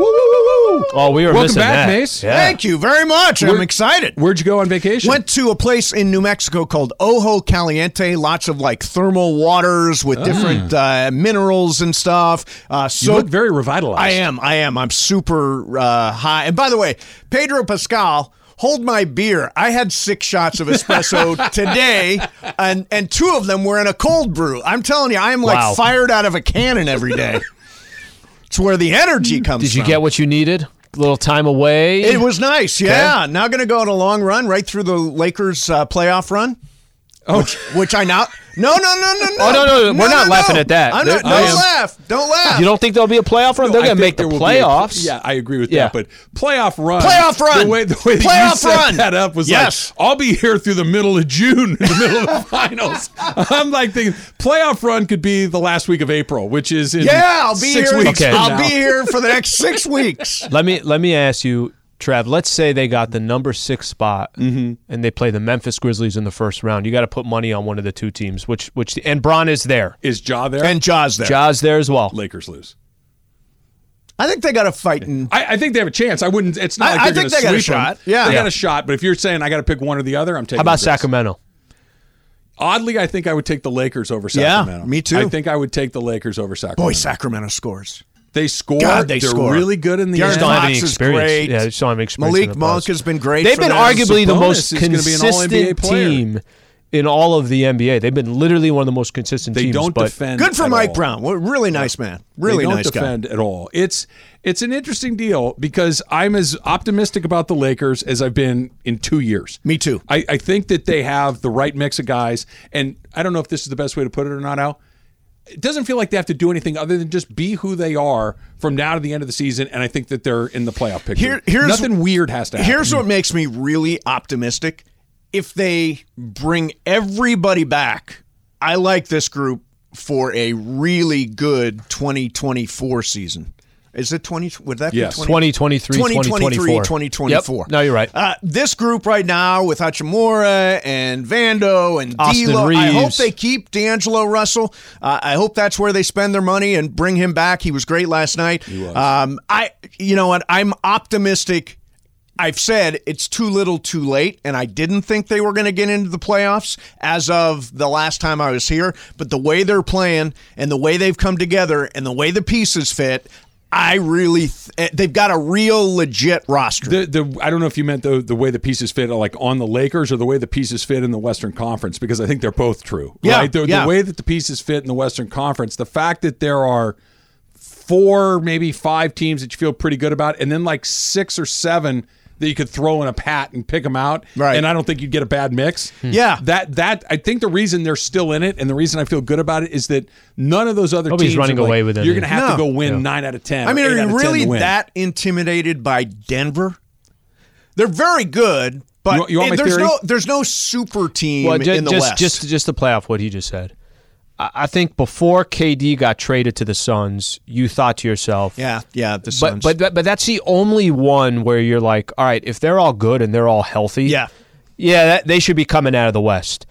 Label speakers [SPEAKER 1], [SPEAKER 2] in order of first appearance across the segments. [SPEAKER 1] Woo, woo, woo, woo.
[SPEAKER 2] Oh, we were
[SPEAKER 1] Welcome
[SPEAKER 2] missing that.
[SPEAKER 1] back, Mace.
[SPEAKER 2] Yeah.
[SPEAKER 3] Thank you very much. I'm
[SPEAKER 1] We're-
[SPEAKER 3] excited.
[SPEAKER 1] Where'd you go on vacation?
[SPEAKER 3] Went to a place in New Mexico called Ojo Caliente. Lots of like thermal waters with different uh, minerals and stuff. Uh,
[SPEAKER 1] you
[SPEAKER 3] so
[SPEAKER 1] look very revitalized.
[SPEAKER 3] I am. I am. I'm super uh, high. And by the way, Pedro Pascal, hold my beer. I had six shots of espresso today, and and two of them were in a cold brew. I'm telling you, I'm like
[SPEAKER 2] Wow.
[SPEAKER 3] fired out of a cannon every day. it's where the energy comes.
[SPEAKER 2] Did you
[SPEAKER 3] from.
[SPEAKER 2] get what you needed? A little time away.
[SPEAKER 3] It was nice, yeah. Now going to go on a long run right through the Lakers uh, playoff run.
[SPEAKER 1] Oh.
[SPEAKER 3] Which, which I now no no no no no
[SPEAKER 2] Oh, no, no, no. We're not laughing at that.
[SPEAKER 3] I'm not,
[SPEAKER 2] There-
[SPEAKER 3] don't
[SPEAKER 2] I am-
[SPEAKER 3] laugh don't laugh
[SPEAKER 2] You don't think there'll be a playoff run? They're
[SPEAKER 1] I
[SPEAKER 2] going to make
[SPEAKER 1] think
[SPEAKER 2] the
[SPEAKER 1] there will be a-
[SPEAKER 2] playoffs.
[SPEAKER 1] yeah, I agree with
[SPEAKER 2] Yeah.
[SPEAKER 1] that. But playoff run,
[SPEAKER 3] Playoff run!
[SPEAKER 1] The way the way that you
[SPEAKER 3] Playoff
[SPEAKER 1] set
[SPEAKER 3] run!
[SPEAKER 1] that up was
[SPEAKER 3] Yes.
[SPEAKER 1] like, I'll be here through the middle of June, in the middle of the finals. I'm like thinking playoff run could be the last week of April, which is in
[SPEAKER 3] yeah I'll be
[SPEAKER 1] six
[SPEAKER 3] here
[SPEAKER 1] weeks.
[SPEAKER 2] Okay.
[SPEAKER 1] from
[SPEAKER 3] I'll
[SPEAKER 1] now.
[SPEAKER 3] be here for the next six weeks
[SPEAKER 2] Let me let me ask you, Trav. Let's say they got the number six spot
[SPEAKER 1] Mm-hmm.
[SPEAKER 2] and they play the Memphis Grizzlies in the first round. You got to put money on one of the two teams. Which which and Bron is there.
[SPEAKER 1] Is Jaw there?
[SPEAKER 3] and Jaws there.
[SPEAKER 2] Jaws there as well.
[SPEAKER 1] Lakers lose.
[SPEAKER 3] I think they got to fight in
[SPEAKER 1] I, I think they have a chance. I wouldn't. It's
[SPEAKER 3] I-
[SPEAKER 1] not
[SPEAKER 3] I
[SPEAKER 1] like they're
[SPEAKER 3] think
[SPEAKER 1] going to
[SPEAKER 3] they got a
[SPEAKER 1] sweep them.
[SPEAKER 3] shot. Yeah.
[SPEAKER 1] they
[SPEAKER 3] Yeah.
[SPEAKER 1] got a shot. But if you're saying I got to pick one or the other, I'm taking.
[SPEAKER 2] How about
[SPEAKER 1] the Grizzlies.
[SPEAKER 2] Sacramento?
[SPEAKER 1] Oddly, I think I would take the Lakers over
[SPEAKER 3] Yeah,
[SPEAKER 1] Sacramento.
[SPEAKER 3] me too.
[SPEAKER 1] I think I would take the Lakers over Sacramento.
[SPEAKER 3] boy Sacramento scores.
[SPEAKER 1] They score.
[SPEAKER 3] God, they
[SPEAKER 1] are
[SPEAKER 3] score.
[SPEAKER 1] really good in the
[SPEAKER 3] Darren
[SPEAKER 2] Just
[SPEAKER 1] end.
[SPEAKER 2] don't have any
[SPEAKER 3] Fox is
[SPEAKER 2] experience.
[SPEAKER 3] great.
[SPEAKER 2] Yeah, just don't have any experience in
[SPEAKER 3] Malik
[SPEAKER 2] the
[SPEAKER 3] Monk
[SPEAKER 2] playoffs.
[SPEAKER 3] has been great.
[SPEAKER 2] They've
[SPEAKER 3] for
[SPEAKER 2] been
[SPEAKER 3] them.
[SPEAKER 2] arguably the
[SPEAKER 1] Sabonis
[SPEAKER 2] most
[SPEAKER 1] is gonna be an All-NBA
[SPEAKER 2] consistent
[SPEAKER 1] player.
[SPEAKER 2] team in all of the NBA. They've been literally one of the most consistent
[SPEAKER 1] They
[SPEAKER 2] teams.
[SPEAKER 1] don't
[SPEAKER 2] but
[SPEAKER 1] defend.
[SPEAKER 3] good for
[SPEAKER 1] at
[SPEAKER 3] Mike
[SPEAKER 1] all.
[SPEAKER 3] Brown. What really nice man. Really
[SPEAKER 1] they don't
[SPEAKER 3] nice guy.
[SPEAKER 1] defend at all. It's it's an interesting deal because I'm as optimistic about the Lakers as I've been in two years.
[SPEAKER 3] Me too.
[SPEAKER 1] I, I think that they have the right mix of guys, and I don't know if this is the best way to put it or not, Al. It doesn't feel like they have to do anything other than just be who they are from now to the end of the season, and I think that they're in the playoff picture.
[SPEAKER 3] Here- here's-
[SPEAKER 1] Nothing weird has to happen.
[SPEAKER 3] Here's what makes me really optimistic. If they bring everybody back, I like this group for a really good 2024 season. Is it 20? Would that
[SPEAKER 1] Yes.
[SPEAKER 3] be 20?
[SPEAKER 2] 2023,
[SPEAKER 3] 2023,
[SPEAKER 2] 2024.
[SPEAKER 3] 2024.
[SPEAKER 2] Yep. No, you're right.
[SPEAKER 3] Uh, this group right now with Hachimura and Vando and
[SPEAKER 2] Austin
[SPEAKER 3] D'Lo, I hope
[SPEAKER 2] Reeves.
[SPEAKER 3] they keep D'Angelo Russell. Uh, I hope that's where they spend their money and bring him back. He was great last night. Um, I, you know what? I'm optimistic. I've said it's too little, too late, and I didn't think they were going to get into the playoffs as of the last time I was here. But the way they're playing and the way they've come together and the way the pieces fit, I really th- eh, they've got a real legit roster.
[SPEAKER 1] The, the I don't know if you meant the the way the pieces fit like on the Lakers or the way the pieces fit in the Western Conference because I think they're both true.
[SPEAKER 3] Yeah,
[SPEAKER 1] right? The,
[SPEAKER 3] yeah.
[SPEAKER 1] the way that the pieces fit in the Western Conference, the fact that there are four, maybe five teams that you feel pretty good about, and then like six or seven that you could throw in a pat and pick them out.
[SPEAKER 3] Right. Hmm.
[SPEAKER 1] And I don't think you'd get a bad mix.
[SPEAKER 3] Yeah.
[SPEAKER 1] That that I think the reason they're still in it and the reason I feel good about it is that none of those other
[SPEAKER 2] Nobody's
[SPEAKER 1] teams
[SPEAKER 2] running
[SPEAKER 1] are like,
[SPEAKER 2] away with it.
[SPEAKER 1] You're gonna
[SPEAKER 3] No.
[SPEAKER 1] have to go win nine out of ten.
[SPEAKER 3] I
[SPEAKER 1] or
[SPEAKER 3] mean,
[SPEAKER 1] eight
[SPEAKER 3] are
[SPEAKER 1] out of
[SPEAKER 3] you
[SPEAKER 1] 10 to
[SPEAKER 3] really
[SPEAKER 1] win.
[SPEAKER 3] that intimidated by Denver? They're very good,
[SPEAKER 1] You
[SPEAKER 3] but eh,
[SPEAKER 1] want- you want my
[SPEAKER 3] there's
[SPEAKER 1] theory?
[SPEAKER 3] no there's no super team
[SPEAKER 2] Well, ju-
[SPEAKER 3] in the
[SPEAKER 2] just,
[SPEAKER 3] West.
[SPEAKER 2] Just, just to play off what he just said, I, I think before KD got traded to the Suns, you thought to yourself,
[SPEAKER 3] yeah, yeah, the
[SPEAKER 2] but,
[SPEAKER 3] Suns.
[SPEAKER 2] but but but that's the only one where you're like, all right, if they're all good and they're all healthy,
[SPEAKER 3] Yeah.
[SPEAKER 2] yeah, that, they should be coming out of the West.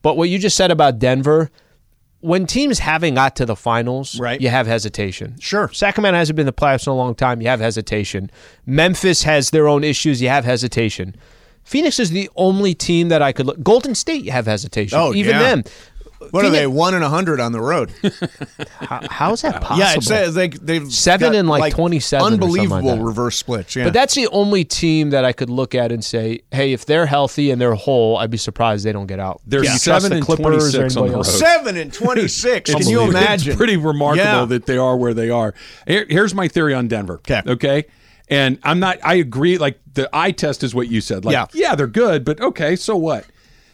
[SPEAKER 2] But what you just said about Denver. When teams haven't got to the finals,
[SPEAKER 3] Right.
[SPEAKER 2] you have hesitation.
[SPEAKER 3] Sure.
[SPEAKER 2] Sacramento hasn't been in the playoffs in a long time. You have hesitation. Memphis has their own issues. You have hesitation. Phoenix is the only team that I could look. Golden State, you have hesitation.
[SPEAKER 3] Oh,
[SPEAKER 2] Even
[SPEAKER 3] yeah.
[SPEAKER 2] them.
[SPEAKER 3] what are
[SPEAKER 2] Phoenix-
[SPEAKER 3] they? One in a hundred on the road.
[SPEAKER 2] How, how is that possible?
[SPEAKER 3] yeah, it's, uh, they they've
[SPEAKER 2] Seven
[SPEAKER 3] got,
[SPEAKER 2] and, like, 27 or something like
[SPEAKER 3] Unbelievable
[SPEAKER 2] that.
[SPEAKER 3] reverse splits. Yeah,
[SPEAKER 2] But that's the only team that I could look at and say, hey, if they're healthy and they're whole, I'd be surprised they don't get out.
[SPEAKER 1] They're
[SPEAKER 2] Do you trust
[SPEAKER 1] seven
[SPEAKER 2] the
[SPEAKER 1] and
[SPEAKER 2] Clippers or
[SPEAKER 1] 26 on
[SPEAKER 2] anybody
[SPEAKER 1] the
[SPEAKER 2] else?
[SPEAKER 1] road.
[SPEAKER 3] seven and twenty six. Can you
[SPEAKER 1] Unbelievable.
[SPEAKER 3] imagine?
[SPEAKER 1] Oh. It's pretty remarkable
[SPEAKER 3] Yeah.
[SPEAKER 1] that they are where they are. Here- here's my theory on Denver.
[SPEAKER 3] 'Kay.
[SPEAKER 1] Okay. And I'm not, I agree. Like the eye test is what you said. Like,
[SPEAKER 3] Yeah.
[SPEAKER 1] yeah, they're good, but okay, so what?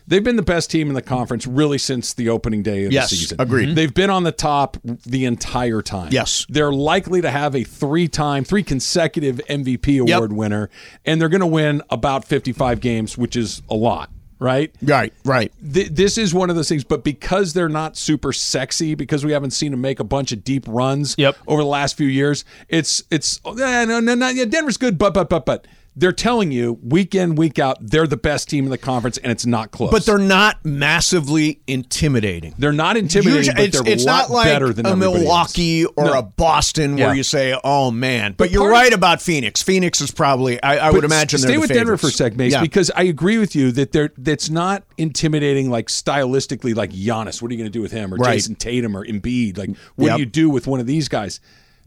[SPEAKER 1] They've been the best team in the conference really since the opening day of
[SPEAKER 3] Yes,
[SPEAKER 1] the season. Mm-hmm.
[SPEAKER 3] agreed. Mhm.
[SPEAKER 1] They've been on the top the entire time.
[SPEAKER 3] Yes.
[SPEAKER 1] They're likely to have a three time, three consecutive MVP
[SPEAKER 3] Yep.
[SPEAKER 1] award winner, and they're going to win about 55 games, which is a lot, right?
[SPEAKER 3] Right, right.
[SPEAKER 1] th- this is one of those things, but because they're not super sexy, because we haven't seen them make a bunch of deep runs
[SPEAKER 2] Yep.
[SPEAKER 1] over the last few years, it's it's oh, eh, no no no yeah, Denver's good, but but but but they're telling you week in week out they're the best team in the conference, and it's not close.
[SPEAKER 3] But they're not massively intimidating.
[SPEAKER 1] they're not intimidating,
[SPEAKER 3] Usually-
[SPEAKER 1] but
[SPEAKER 3] it's,
[SPEAKER 1] they're
[SPEAKER 3] it's
[SPEAKER 1] a lot
[SPEAKER 3] not like
[SPEAKER 1] better than
[SPEAKER 3] a
[SPEAKER 1] everybody else.
[SPEAKER 3] Milwaukee or a Boston where
[SPEAKER 2] Yeah.
[SPEAKER 3] you say, "Oh man!" But,
[SPEAKER 1] But
[SPEAKER 3] you're
[SPEAKER 1] part-
[SPEAKER 3] right about Phoenix. Phoenix is probably I, I would
[SPEAKER 1] But
[SPEAKER 3] imagine.
[SPEAKER 1] s-
[SPEAKER 3] they're
[SPEAKER 1] Stay
[SPEAKER 3] the
[SPEAKER 1] with Denver for a
[SPEAKER 3] favorites.
[SPEAKER 1] sec, Mace,
[SPEAKER 3] Yeah.
[SPEAKER 1] because I agree with you that they're that's not intimidating like stylistically like Giannis. What are you going to do with him or
[SPEAKER 3] Right.
[SPEAKER 1] Jason Tatum or Embiid? Like what
[SPEAKER 3] Yep.
[SPEAKER 1] do you do with one of these guys?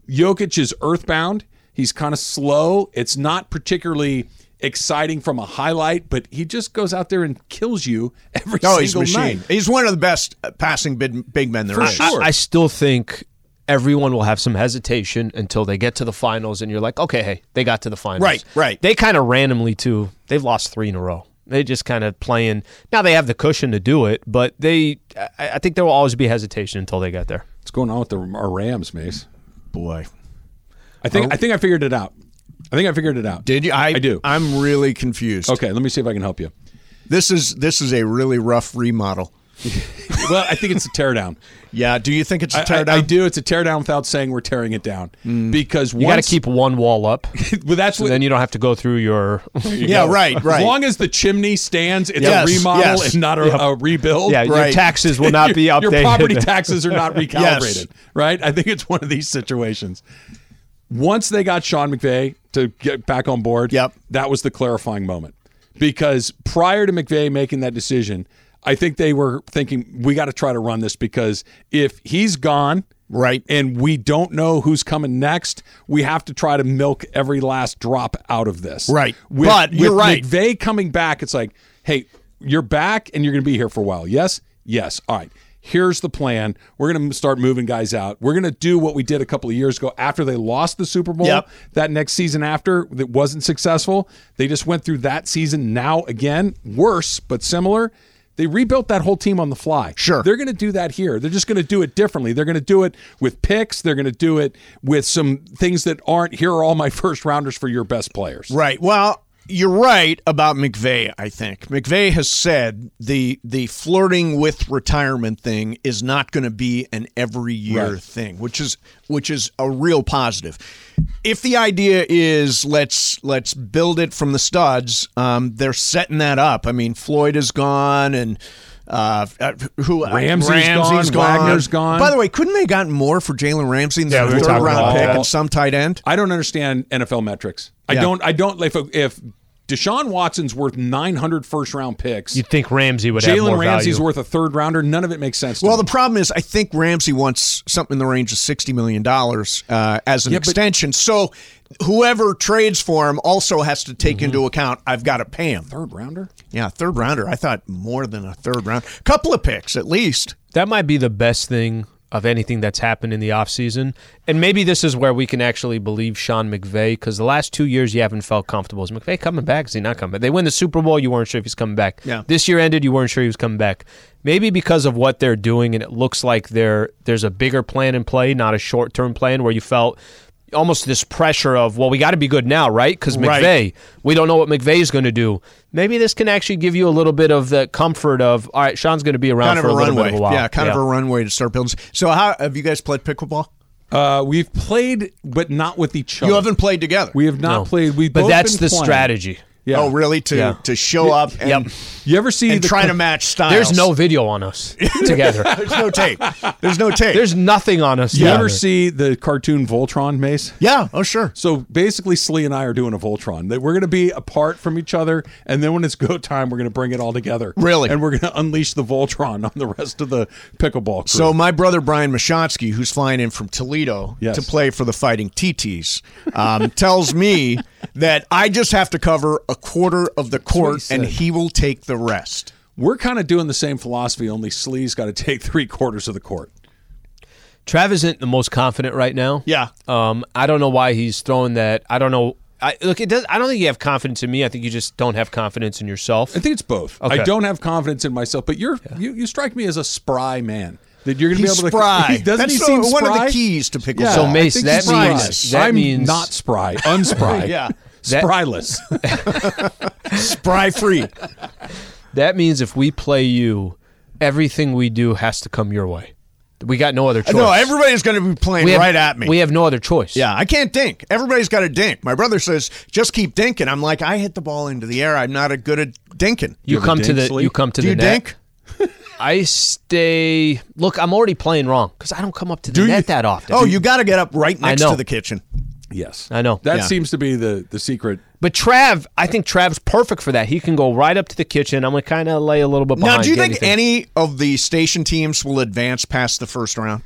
[SPEAKER 1] Jokic is earthbound. He's kind of slow. It's not particularly exciting from a highlight, but he just goes out there and kills you every
[SPEAKER 3] oh, he's a
[SPEAKER 1] single
[SPEAKER 3] machine.
[SPEAKER 1] night.
[SPEAKER 3] He's one of the best uh, passing big, big men there is.
[SPEAKER 1] sure.
[SPEAKER 2] I, I still think everyone will have some hesitation until they get to the finals, and you're like, okay, hey, they got to the finals.
[SPEAKER 3] Right, right.
[SPEAKER 2] They kind of randomly too. They've lost three in a row. They just kind of playing. Now they have the cushion to do it, but they. I, I think there will always be hesitation until they get there.
[SPEAKER 1] What's going on with the our Rams, Mace?
[SPEAKER 3] Boy,
[SPEAKER 1] I think I think I figured it out. I think I figured it out.
[SPEAKER 3] Oh. did you? I,
[SPEAKER 1] I do.
[SPEAKER 3] I'm really confused.
[SPEAKER 1] Okay, let me see if I can help you.
[SPEAKER 3] This is this is a really rough remodel.
[SPEAKER 1] Well, I think it's a teardown.
[SPEAKER 3] Yeah. Do you think it's a
[SPEAKER 1] I- I,
[SPEAKER 3] teardown?
[SPEAKER 1] I do. It's a teardown without saying we're tearing it down because
[SPEAKER 2] You got to keep one wall up,
[SPEAKER 1] Well, that's
[SPEAKER 2] so
[SPEAKER 1] what,
[SPEAKER 2] then you don't have to go through your.
[SPEAKER 3] Yeah. Right. Right.
[SPEAKER 1] As long as the chimney stands, it's
[SPEAKER 3] Yes,
[SPEAKER 1] a remodel
[SPEAKER 3] yes.
[SPEAKER 1] and not a, a rebuild.
[SPEAKER 2] yeah, your
[SPEAKER 3] Right.
[SPEAKER 2] taxes will not be updated.
[SPEAKER 1] Your property taxes are not
[SPEAKER 3] Yes.
[SPEAKER 1] recalibrated, right? I think it's one of these situations. Once they got Sean McVay to get back on board,
[SPEAKER 3] Yep.
[SPEAKER 1] that was the clarifying moment. Because prior to McVay making that decision, I think they were thinking, we got to try to run this because if he's gone,
[SPEAKER 3] Right.
[SPEAKER 1] and we don't know who's coming next, we have to try to milk every last drop out of this.
[SPEAKER 3] Right.
[SPEAKER 1] With,
[SPEAKER 3] But you're
[SPEAKER 1] with
[SPEAKER 3] right.
[SPEAKER 1] McVay coming back, it's like, hey, you're back and you're going to be here for a while. Yes, yes. All right. Here's the plan. We're going to start moving guys out. We're going to do what we did a couple of years ago after they lost the Super Bowl.
[SPEAKER 3] Yep.
[SPEAKER 1] That next season after that wasn't successful. They just went through that season now again, worse but similar. They rebuilt that whole team on the fly.
[SPEAKER 3] Sure.
[SPEAKER 1] They're going to do that here. They're just going to do it differently. They're going to do it with picks. They're going to do it with some things that aren't here are all my first rounders for your best players.
[SPEAKER 3] Right. Well, you're right about McVeigh, I think. McVeigh has said the the flirting with retirement thing is not going to be an every year
[SPEAKER 1] Right.
[SPEAKER 3] thing, which is which is a real positive. If the idea is let's let's build it from the studs, um, they're setting that up. I mean, Floyd is gone and uh, uh, who
[SPEAKER 1] Ramsey's
[SPEAKER 3] Ramsey's
[SPEAKER 1] gone, Wagner's gone.
[SPEAKER 3] By the way, couldn't they gotten more for Jalen Ramsey in the
[SPEAKER 2] Yeah, we were
[SPEAKER 3] third
[SPEAKER 2] talking
[SPEAKER 3] round
[SPEAKER 2] about
[SPEAKER 3] pick
[SPEAKER 2] that.
[SPEAKER 3] and some tight end?
[SPEAKER 1] I don't understand NFL metrics. I
[SPEAKER 3] Yeah.
[SPEAKER 1] don't. I don't. If, if Deshaun Watson's worth 900 first round picks,
[SPEAKER 2] You'd think Ramsey would have more
[SPEAKER 1] Jalen Ramsey's
[SPEAKER 2] value.
[SPEAKER 1] worth a third rounder, none of it makes sense. To
[SPEAKER 3] Well,
[SPEAKER 1] me.
[SPEAKER 3] the problem is, I think Ramsey wants something in the range of sixty million dollars uh, as an extension. So, whoever trades for him also has to
[SPEAKER 2] Mm-hmm.
[SPEAKER 3] take into account I've got to pay him.
[SPEAKER 1] third rounder.
[SPEAKER 3] Yeah, third rounder. I thought more than a third round, couple of picks at least.
[SPEAKER 2] That might be the best thing of anything that's happened in the offseason. And maybe this is where we can actually believe Sean McVay because the last two years you haven't felt comfortable. Is McVay coming back? Is he not coming back? They win the Super Bowl, you weren't sure if he's coming back.
[SPEAKER 3] Yeah.
[SPEAKER 2] This year ended, you weren't sure he was coming back. Maybe because of what they're doing and it looks like there there's a bigger plan in play, not a short term plan where you felt almost this pressure of, well, we got to be good now, right? Because McVay,
[SPEAKER 3] Right.
[SPEAKER 2] we don't know what McVay's going to do. Maybe this can actually give you a little bit of the comfort of, all right, Sean's going to be around
[SPEAKER 3] Kind of
[SPEAKER 2] Uh, for
[SPEAKER 3] a
[SPEAKER 2] a, little
[SPEAKER 3] runway.
[SPEAKER 2] bit of a while.
[SPEAKER 3] yeah, kind of a runway to start building. So, how have you guys played pickleball?
[SPEAKER 1] Uh, we've played, but not with each other.
[SPEAKER 2] Oh.
[SPEAKER 3] You haven't played together.
[SPEAKER 1] We have not
[SPEAKER 2] No.
[SPEAKER 1] played. We've
[SPEAKER 2] but
[SPEAKER 1] both
[SPEAKER 2] that's
[SPEAKER 1] been
[SPEAKER 2] the
[SPEAKER 1] playing.
[SPEAKER 2] strategy.
[SPEAKER 1] Yeah.
[SPEAKER 3] Oh, really? To
[SPEAKER 2] Yeah.
[SPEAKER 3] to show up and,
[SPEAKER 2] Yep.
[SPEAKER 1] You ever see
[SPEAKER 3] and
[SPEAKER 1] the
[SPEAKER 3] try to match styles?
[SPEAKER 2] There's no video on us together.
[SPEAKER 3] There's no tape. There's no tape.
[SPEAKER 2] There's nothing on us.
[SPEAKER 1] You
[SPEAKER 2] together.
[SPEAKER 1] ever see the cartoon Voltron, Mace?
[SPEAKER 3] yeah. Oh, sure.
[SPEAKER 1] So basically, Slee and I are doing a Voltron. That we're going to be apart from each other, and then when it's go time, we're going to bring it all together.
[SPEAKER 3] Really?
[SPEAKER 1] and we're going to unleash the Voltron on the rest of the pickleball crew.
[SPEAKER 3] So my brother Brian Mashansky, who's flying in from Toledo
[SPEAKER 1] Yes.
[SPEAKER 3] to play for the Fighting TTs, um, tells me that I just have to cover a quarter of the court,
[SPEAKER 1] said.
[SPEAKER 3] and he will take the rest.
[SPEAKER 1] we're kind of doing the same philosophy. Only Slee's got to take three quarters of the court.
[SPEAKER 2] Trav isn't the most confident right now.
[SPEAKER 3] Yeah.
[SPEAKER 2] Um, I don't know why he's throwing that. I don't know. I, look, it does. I don't think you have confidence in me. I think you just don't have confidence in yourself.
[SPEAKER 1] I think it's both. I
[SPEAKER 2] Okay.
[SPEAKER 1] don't have confidence in myself, but you're you, you strike me as a spry man. That you're going to be
[SPEAKER 3] He's
[SPEAKER 1] able to
[SPEAKER 3] spry.
[SPEAKER 1] He, doesn't
[SPEAKER 3] That's
[SPEAKER 1] he
[SPEAKER 3] so-
[SPEAKER 1] seem
[SPEAKER 3] one of the
[SPEAKER 1] spry?
[SPEAKER 3] keys to pickle
[SPEAKER 2] So, Mace,
[SPEAKER 1] I think he's
[SPEAKER 2] that means-
[SPEAKER 1] spry.
[SPEAKER 2] that
[SPEAKER 1] I'm
[SPEAKER 2] means-
[SPEAKER 1] not spry, unspry.
[SPEAKER 3] Yeah.
[SPEAKER 2] That-
[SPEAKER 1] spryless.
[SPEAKER 3] Spry free.
[SPEAKER 2] That means if we play you, everything we do has to come your way. We got no other choice.
[SPEAKER 3] No, everybody's going to be playing
[SPEAKER 2] we have,
[SPEAKER 3] right at me.
[SPEAKER 2] We have no other choice.
[SPEAKER 3] yeah, I can't dink. Everybody's got to dink. My brother says, just keep dinking. I'm like, I hit the ball into the air. I'm not a good at dinking.
[SPEAKER 2] You,
[SPEAKER 1] have a
[SPEAKER 2] come to
[SPEAKER 1] dink,
[SPEAKER 2] the
[SPEAKER 1] Slee?
[SPEAKER 2] you come to
[SPEAKER 3] Do
[SPEAKER 2] the
[SPEAKER 3] you
[SPEAKER 2] net.
[SPEAKER 3] dink?
[SPEAKER 2] I stay. Look, I'm already playing wrong because I don't come up to the
[SPEAKER 1] Do
[SPEAKER 2] net
[SPEAKER 1] you-
[SPEAKER 2] that often.
[SPEAKER 3] Oh, you got to get up right
[SPEAKER 2] I
[SPEAKER 3] next
[SPEAKER 2] know.
[SPEAKER 3] to the kitchen.
[SPEAKER 1] yes,
[SPEAKER 2] I know.
[SPEAKER 1] That
[SPEAKER 3] Yeah.
[SPEAKER 1] seems to be the the secret.
[SPEAKER 2] But Trav, I think Trav's perfect for that. He can go right up to the kitchen. I'm gonna kind of lay a little bit behind.
[SPEAKER 3] Now, do you
[SPEAKER 2] get
[SPEAKER 3] think
[SPEAKER 2] anything.
[SPEAKER 3] any of the station teams will advance past the first round?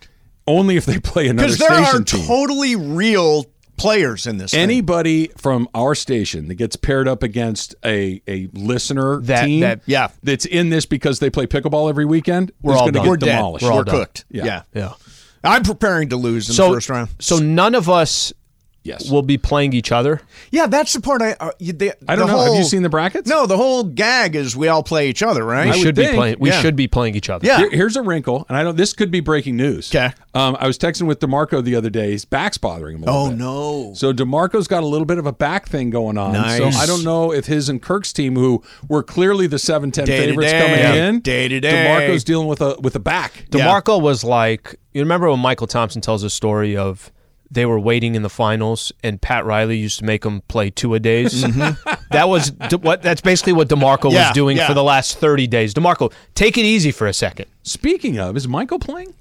[SPEAKER 1] Only if they play another
[SPEAKER 3] Because there
[SPEAKER 1] station
[SPEAKER 3] are
[SPEAKER 1] team.
[SPEAKER 3] totally real players in this. thing.
[SPEAKER 1] Anybody from our station that gets paired up against a, a listener
[SPEAKER 2] That-
[SPEAKER 1] team
[SPEAKER 2] that-
[SPEAKER 3] yeah.
[SPEAKER 1] that's in this because they play pickleball every weekend we're
[SPEAKER 2] all
[SPEAKER 1] going to
[SPEAKER 2] done.
[SPEAKER 1] get
[SPEAKER 3] we're dead.
[SPEAKER 1] demolished.
[SPEAKER 3] We're,
[SPEAKER 2] all done.
[SPEAKER 3] cooked.
[SPEAKER 1] Yeah.
[SPEAKER 3] Yeah.
[SPEAKER 2] Yeah.
[SPEAKER 3] I'm preparing to lose in
[SPEAKER 2] So
[SPEAKER 3] the first round.
[SPEAKER 2] So none of us
[SPEAKER 1] yes.
[SPEAKER 2] will be playing each other.
[SPEAKER 3] Yeah, that's the part I. Uh, you- the,
[SPEAKER 1] I don't
[SPEAKER 3] the
[SPEAKER 1] know. Have you
[SPEAKER 3] whole-
[SPEAKER 1] seen the brackets?
[SPEAKER 3] No, the whole gag is we all play each other, right?
[SPEAKER 2] We
[SPEAKER 1] would
[SPEAKER 2] should be
[SPEAKER 1] think,
[SPEAKER 2] playing. We
[SPEAKER 3] yeah.
[SPEAKER 2] should be playing each other.
[SPEAKER 3] Yeah.
[SPEAKER 1] Here- here's a wrinkle, and I don't. This could be breaking news.
[SPEAKER 3] 'Kay.
[SPEAKER 1] Um, I was texting with Demarco the other day. His back's bothering him. A little
[SPEAKER 3] Oh
[SPEAKER 1] bit.
[SPEAKER 3] no.
[SPEAKER 1] So Demarco's got a little bit of a back thing going on. So
[SPEAKER 3] Nice.
[SPEAKER 1] I don't know if his and Kirk's team, who were clearly the seven ten
[SPEAKER 3] Day to
[SPEAKER 1] favorites
[SPEAKER 3] day.
[SPEAKER 1] coming
[SPEAKER 3] Yeah.
[SPEAKER 1] in,
[SPEAKER 3] Day to day.
[SPEAKER 1] Demarco's dealing with a with a back.
[SPEAKER 3] Yeah.
[SPEAKER 2] DeMarco was like, you remember when Michael Thompson tells a story of they were waiting in the finals and Pat Riley used to make them play two a days. that was d- what that's basically what DeMarco
[SPEAKER 3] Mm-hmm. Yeah,
[SPEAKER 2] was doing
[SPEAKER 3] yeah.
[SPEAKER 2] for the last 30 days. DeMarco, take it easy for a second.
[SPEAKER 1] Speaking of, is Michael playing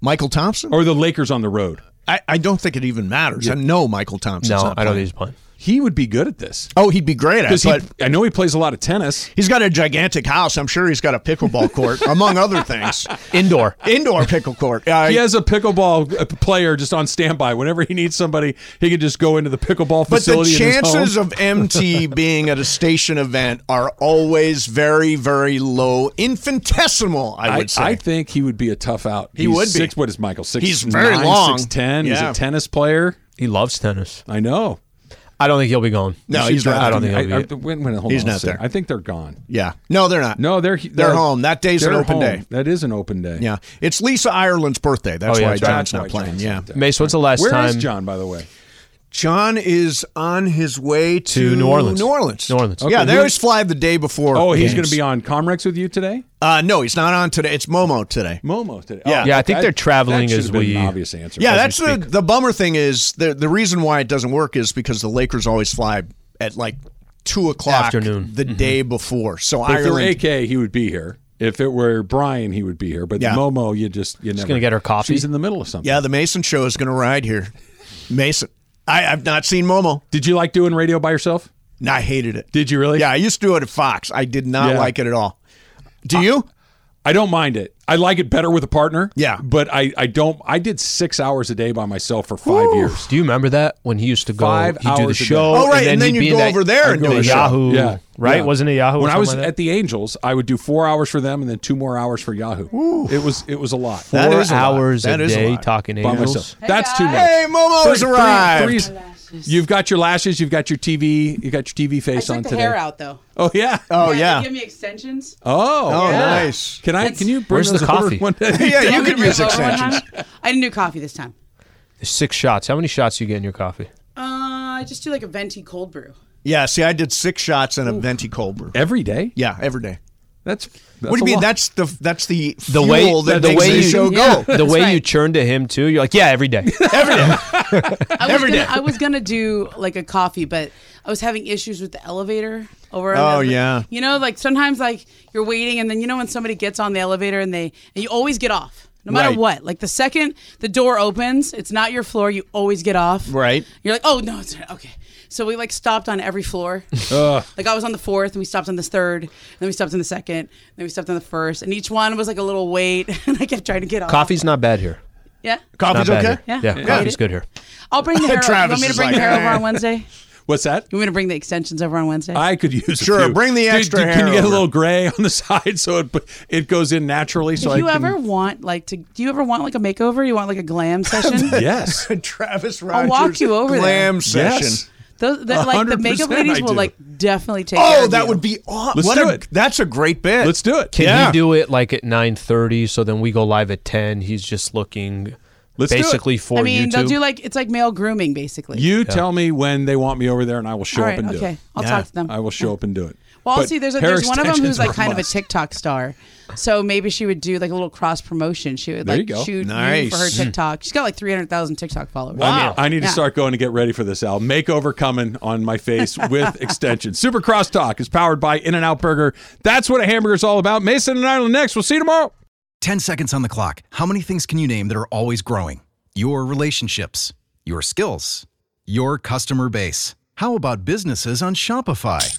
[SPEAKER 3] Michael Thompson?
[SPEAKER 1] or are the Lakers on the road?
[SPEAKER 3] I, I don't think it even matters. I know Michael Thompson.
[SPEAKER 2] No, I don't think he's playing.
[SPEAKER 1] He would be good at this
[SPEAKER 3] Oh, he'd be great at it,
[SPEAKER 1] because
[SPEAKER 3] but
[SPEAKER 1] I know he plays a lot of tennis.
[SPEAKER 3] he's got a gigantic house. I'm sure he's got a pickleball court, among other things.
[SPEAKER 2] Indoor.
[SPEAKER 3] Indoor pickle court. Uh,
[SPEAKER 1] He has a pickleball uh, player just on standby. Whenever he needs somebody, he could just go into the pickleball
[SPEAKER 3] But the
[SPEAKER 1] facility. in his home.
[SPEAKER 3] chances of MT being at a station event are always very, very low, infinitesimal. I
[SPEAKER 1] I,
[SPEAKER 3] would say.
[SPEAKER 1] I think he would be a tough out. He
[SPEAKER 3] would be.
[SPEAKER 1] Six, what is Michael? Six.
[SPEAKER 3] He's very
[SPEAKER 1] nine,
[SPEAKER 3] long.
[SPEAKER 1] Six ten. He's
[SPEAKER 3] Yeah.
[SPEAKER 1] a tennis player.
[SPEAKER 2] He loves tennis.
[SPEAKER 1] I know.
[SPEAKER 2] I don't think he'll be going.
[SPEAKER 3] no,
[SPEAKER 1] You
[SPEAKER 3] he's
[SPEAKER 1] should
[SPEAKER 3] not.
[SPEAKER 1] draft
[SPEAKER 2] I don't
[SPEAKER 1] him.
[SPEAKER 2] think he'll be
[SPEAKER 1] I, wait a minute, hold
[SPEAKER 3] He's
[SPEAKER 1] on a
[SPEAKER 3] not
[SPEAKER 1] second.
[SPEAKER 3] there.
[SPEAKER 1] I think they're gone.
[SPEAKER 3] yeah. No, they're not.
[SPEAKER 1] No, they're
[SPEAKER 3] they're, home. That day's
[SPEAKER 1] they're
[SPEAKER 3] an open
[SPEAKER 1] home.
[SPEAKER 3] day.
[SPEAKER 1] That is an open day.
[SPEAKER 3] Yeah, it's Lisa Ireland's birthday. That's
[SPEAKER 2] Oh, yeah,
[SPEAKER 3] why
[SPEAKER 2] that's right.
[SPEAKER 3] John's
[SPEAKER 1] That's
[SPEAKER 3] not
[SPEAKER 1] why
[SPEAKER 3] playing.
[SPEAKER 1] John's
[SPEAKER 3] yeah,
[SPEAKER 1] not there.
[SPEAKER 2] Mace, when's the last
[SPEAKER 1] Where is
[SPEAKER 2] time?
[SPEAKER 1] John, by the way?
[SPEAKER 3] John is on his way to,
[SPEAKER 2] New Orleans.
[SPEAKER 3] New Orleans.
[SPEAKER 2] New Orleans.
[SPEAKER 3] Yeah,
[SPEAKER 1] Okay,
[SPEAKER 3] they
[SPEAKER 1] who-
[SPEAKER 3] always fly the day before.
[SPEAKER 1] Oh, he's going
[SPEAKER 3] games.
[SPEAKER 1] to be on Comrex with you today.
[SPEAKER 3] Uh, no, he's not on today. It's Momo today.
[SPEAKER 1] Momo today.
[SPEAKER 3] Yeah.
[SPEAKER 1] Oh,
[SPEAKER 3] Yeah,
[SPEAKER 2] I think
[SPEAKER 1] okay.
[SPEAKER 2] they're traveling
[SPEAKER 1] that should
[SPEAKER 2] as
[SPEAKER 1] have been
[SPEAKER 2] we-
[SPEAKER 1] An obvious answer.
[SPEAKER 3] Yeah,
[SPEAKER 1] as we
[SPEAKER 3] that's the
[SPEAKER 1] speak.
[SPEAKER 3] the bummer thing is the the reason why it doesn't work is because the Lakers always fly at like two o'clock
[SPEAKER 2] Afternoon.
[SPEAKER 3] the
[SPEAKER 1] Mm-hmm.
[SPEAKER 3] day before. So
[SPEAKER 1] If it were
[SPEAKER 3] Ireland,
[SPEAKER 1] AK, he would be here. If it were Brian, he would be here. But
[SPEAKER 3] Yeah.
[SPEAKER 1] Momo, you just you never.
[SPEAKER 2] gonna get her coffee.
[SPEAKER 1] She's in the middle of something.
[SPEAKER 3] yeah, the Mason show is going to ride here. Mason, I, I've not seen Momo.
[SPEAKER 1] Did you like doing radio by yourself?
[SPEAKER 3] and I hated it.
[SPEAKER 1] Did you really?
[SPEAKER 3] Yeah, I used to do it at Fox. I did not
[SPEAKER 1] Yeah. Uh,
[SPEAKER 3] like it at all. Do you?
[SPEAKER 1] I don't mind it. I like it better with a partner.
[SPEAKER 3] Yeah.
[SPEAKER 1] But I, I don't I did six hours a day by myself for five years.
[SPEAKER 2] Do you remember that when he used to go?
[SPEAKER 1] Five
[SPEAKER 2] he'd do the
[SPEAKER 1] hours a
[SPEAKER 2] show.
[SPEAKER 1] day.
[SPEAKER 3] Oh, right, and then
[SPEAKER 2] he'd
[SPEAKER 3] you'd
[SPEAKER 2] be in
[SPEAKER 3] go
[SPEAKER 2] that-
[SPEAKER 3] over there and
[SPEAKER 2] the
[SPEAKER 3] do a show.
[SPEAKER 2] Yahoo.
[SPEAKER 1] Yeah.
[SPEAKER 2] Right?
[SPEAKER 1] Yeah.
[SPEAKER 2] Wasn't it Yahoo? or
[SPEAKER 1] When I
[SPEAKER 2] something
[SPEAKER 1] was
[SPEAKER 2] like that?
[SPEAKER 1] at the Angels, I would do four hours for them and then two more hours for Yahoo. It was it was a lot.
[SPEAKER 3] That
[SPEAKER 2] four
[SPEAKER 3] is a lot.
[SPEAKER 2] hours
[SPEAKER 3] That
[SPEAKER 2] a
[SPEAKER 3] is a
[SPEAKER 2] day
[SPEAKER 3] lot.
[SPEAKER 2] talking
[SPEAKER 1] by
[SPEAKER 2] angels.
[SPEAKER 1] myself. That's too much.
[SPEAKER 3] Hey, Momo's
[SPEAKER 1] Three- three-
[SPEAKER 3] arrived.
[SPEAKER 1] three's- you've got your lashes, you've got your TV, you got your TV
[SPEAKER 4] I
[SPEAKER 1] face
[SPEAKER 4] took
[SPEAKER 1] on
[SPEAKER 4] the
[SPEAKER 1] today.
[SPEAKER 4] hair out though.
[SPEAKER 1] Oh yeah.
[SPEAKER 3] Oh
[SPEAKER 4] they
[SPEAKER 3] yeah.
[SPEAKER 4] give me extensions.
[SPEAKER 1] Oh.
[SPEAKER 3] Oh
[SPEAKER 1] yeah.
[SPEAKER 3] nice.
[SPEAKER 1] Can I
[SPEAKER 4] It's-
[SPEAKER 1] can you bring
[SPEAKER 2] Where's the
[SPEAKER 1] those over
[SPEAKER 2] coffee?
[SPEAKER 1] one day?
[SPEAKER 3] Yeah, you
[SPEAKER 4] Want me
[SPEAKER 3] could
[SPEAKER 4] to bring
[SPEAKER 3] use
[SPEAKER 4] it over one
[SPEAKER 3] extensions.
[SPEAKER 4] time? I didn't do coffee this time.
[SPEAKER 2] Six shots. How many shots do you get in your coffee?
[SPEAKER 4] Uh, I just do like a venti cold brew.
[SPEAKER 3] Yeah. See, I did six shots in a venti cold brew.
[SPEAKER 1] Every day?
[SPEAKER 3] Yeah, every day.
[SPEAKER 1] That's, that's
[SPEAKER 3] what do
[SPEAKER 1] a
[SPEAKER 3] you mean?
[SPEAKER 1] lot.
[SPEAKER 3] That's the that's the
[SPEAKER 2] The
[SPEAKER 3] fuel
[SPEAKER 2] way
[SPEAKER 3] that
[SPEAKER 2] the
[SPEAKER 3] makes
[SPEAKER 2] way
[SPEAKER 3] the
[SPEAKER 2] you
[SPEAKER 3] show
[SPEAKER 4] Yeah.
[SPEAKER 3] go.
[SPEAKER 2] the way
[SPEAKER 4] right.
[SPEAKER 2] you churn to him too. You're like, yeah, every day.
[SPEAKER 3] Every day.
[SPEAKER 4] I was
[SPEAKER 3] Every
[SPEAKER 4] gonna,
[SPEAKER 3] day.
[SPEAKER 4] I was gonna do like a coffee, but I was having issues with the elevator over.
[SPEAKER 3] Oh,
[SPEAKER 4] another-
[SPEAKER 3] yeah.
[SPEAKER 4] You know, like sometimes like you're waiting, and then you know when somebody gets on the elevator and they and you always get off. No matter
[SPEAKER 3] Right.
[SPEAKER 4] what, like the second the door opens, it's not your floor. You always get off.
[SPEAKER 3] Right.
[SPEAKER 4] You're like, oh no, it's not. okay. So we like stopped on every floor. like I was on the fourth, and we stopped on the third, and then we stopped on the second, and then we stopped on the first, and each one was like a little wait, and I kept trying to get off.
[SPEAKER 2] Coffee's not bad here.
[SPEAKER 4] Yeah.
[SPEAKER 3] Coffee's
[SPEAKER 2] not bad
[SPEAKER 3] okay.
[SPEAKER 2] Here.
[SPEAKER 4] Yeah.
[SPEAKER 2] Yeah,
[SPEAKER 4] Yeah.
[SPEAKER 2] coffee's good here.
[SPEAKER 4] I'll bring the hair.
[SPEAKER 3] Travis
[SPEAKER 4] you want me to
[SPEAKER 3] is
[SPEAKER 4] bring
[SPEAKER 3] like,
[SPEAKER 4] the hair over
[SPEAKER 3] "Eh."
[SPEAKER 4] on Wednesday?
[SPEAKER 1] what's that?
[SPEAKER 4] You want me to bring the extensions over on Wednesday?
[SPEAKER 1] I could use a
[SPEAKER 3] Sure,
[SPEAKER 1] few.
[SPEAKER 3] bring the
[SPEAKER 1] Dude,
[SPEAKER 3] extra
[SPEAKER 1] dude,
[SPEAKER 3] hair
[SPEAKER 1] Can you get a
[SPEAKER 3] over.
[SPEAKER 1] little gray on the side so it it goes in naturally?
[SPEAKER 4] do
[SPEAKER 1] So
[SPEAKER 4] you
[SPEAKER 1] I can,
[SPEAKER 4] ever want like to? Do you ever want like a makeover? You want like a glam session?
[SPEAKER 1] Yes.
[SPEAKER 3] Travis Rogers.
[SPEAKER 4] I'll walk you over there.
[SPEAKER 3] glam session.
[SPEAKER 1] Yes.
[SPEAKER 4] Those, the, like the makeup
[SPEAKER 1] 100%
[SPEAKER 4] ladies
[SPEAKER 1] I
[SPEAKER 4] will
[SPEAKER 1] do.
[SPEAKER 4] like definitely take. care
[SPEAKER 3] Oh,
[SPEAKER 4] of
[SPEAKER 3] that
[SPEAKER 4] you.
[SPEAKER 3] would be awesome.
[SPEAKER 1] Let's
[SPEAKER 3] what
[SPEAKER 1] do
[SPEAKER 3] a,
[SPEAKER 1] it.
[SPEAKER 3] That's a great bit.
[SPEAKER 1] Let's do it.
[SPEAKER 2] Can
[SPEAKER 3] Yeah.
[SPEAKER 2] he do it like at nine thirty? So then we go live at ten. He's just looking
[SPEAKER 1] Let's do it.
[SPEAKER 2] basically for
[SPEAKER 4] I mean,
[SPEAKER 2] YouTube.
[SPEAKER 4] they'll do like it's like male grooming basically.
[SPEAKER 1] You tell me when they want me over there, and I will show
[SPEAKER 4] All
[SPEAKER 1] up
[SPEAKER 4] right,
[SPEAKER 1] and do
[SPEAKER 4] okay.
[SPEAKER 1] it.
[SPEAKER 4] I'll talk to them.
[SPEAKER 1] I will show up and do it.
[SPEAKER 4] Well,
[SPEAKER 1] But
[SPEAKER 4] see, there's a,
[SPEAKER 1] hair
[SPEAKER 4] there's one of them
[SPEAKER 1] extensions
[SPEAKER 4] who's like
[SPEAKER 1] are
[SPEAKER 4] kind of a
[SPEAKER 1] must.
[SPEAKER 4] TikTok star, so maybe she would do like a little cross promotion. She would
[SPEAKER 1] There you
[SPEAKER 4] like
[SPEAKER 1] go.
[SPEAKER 4] shoot you
[SPEAKER 3] Nice.
[SPEAKER 4] for her TikTok. She's got like 300,000 TikTok followers.
[SPEAKER 1] I need, I need to
[SPEAKER 4] Yeah.
[SPEAKER 1] start going to get ready for this, Al. Makeover coming on my face with extensions. Super Crosstalk is powered by In N Out Burger. That's what a hamburger is all about. Mason and Ireland next. We'll see you tomorrow.
[SPEAKER 5] 10 seconds on the clock. How many things can you name that are always growing? Your relationships, your skills, your customer base. How about businesses on Shopify?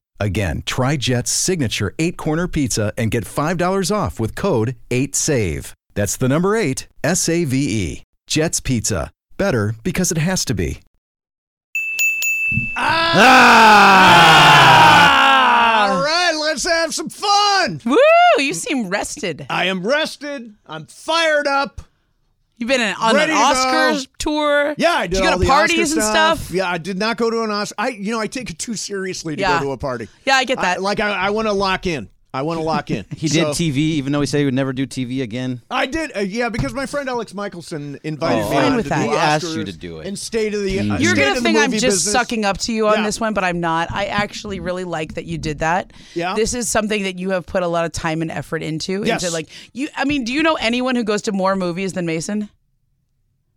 [SPEAKER 5] Again, try Jet's signature eight corner pizza and get $5 off with code 8SAVE. That's the number eight, S A V E. Jet's Pizza. Better because it has to be.
[SPEAKER 1] Ah!
[SPEAKER 3] All right, let's have some fun.
[SPEAKER 4] Woo! You seem rested.
[SPEAKER 3] I am rested. I'm fired up.
[SPEAKER 4] You've been in, on
[SPEAKER 3] Ready
[SPEAKER 4] an
[SPEAKER 3] to go.
[SPEAKER 4] Oscars tour.
[SPEAKER 3] Yeah, I did.
[SPEAKER 4] you go
[SPEAKER 3] all
[SPEAKER 4] to
[SPEAKER 3] the
[SPEAKER 4] parties
[SPEAKER 3] Oscar
[SPEAKER 4] and stuff.
[SPEAKER 3] Yeah, I did not go to an Oscar. I, you know, I take it too seriously to
[SPEAKER 4] Yeah.
[SPEAKER 3] go to a party.
[SPEAKER 4] Yeah, I get that.
[SPEAKER 3] I, like I, I want to lock in. I want to lock in.
[SPEAKER 6] He did
[SPEAKER 3] So-
[SPEAKER 6] TV, even though he said he would never do TV again.
[SPEAKER 3] I did, uh, yeah, because my friend Alex Michelson invited
[SPEAKER 6] Oh.
[SPEAKER 3] me
[SPEAKER 4] Fine
[SPEAKER 3] on
[SPEAKER 4] with
[SPEAKER 3] to
[SPEAKER 4] that.
[SPEAKER 3] do
[SPEAKER 4] He
[SPEAKER 6] asked
[SPEAKER 3] Oscars
[SPEAKER 6] you to do it.
[SPEAKER 3] And state of the. uh,
[SPEAKER 4] You're
[SPEAKER 3] state
[SPEAKER 4] gonna
[SPEAKER 3] of the
[SPEAKER 4] think I'm
[SPEAKER 3] movie
[SPEAKER 4] just
[SPEAKER 3] business.
[SPEAKER 4] sucking up to you on
[SPEAKER 3] Yeah.
[SPEAKER 4] this one, but I'm not. I actually really like that you did that.
[SPEAKER 3] Yeah.
[SPEAKER 4] This is something that you have put a lot of time and effort into.
[SPEAKER 3] Yes.
[SPEAKER 4] Into like you I mean, do you know anyone who goes to more movies than Mason?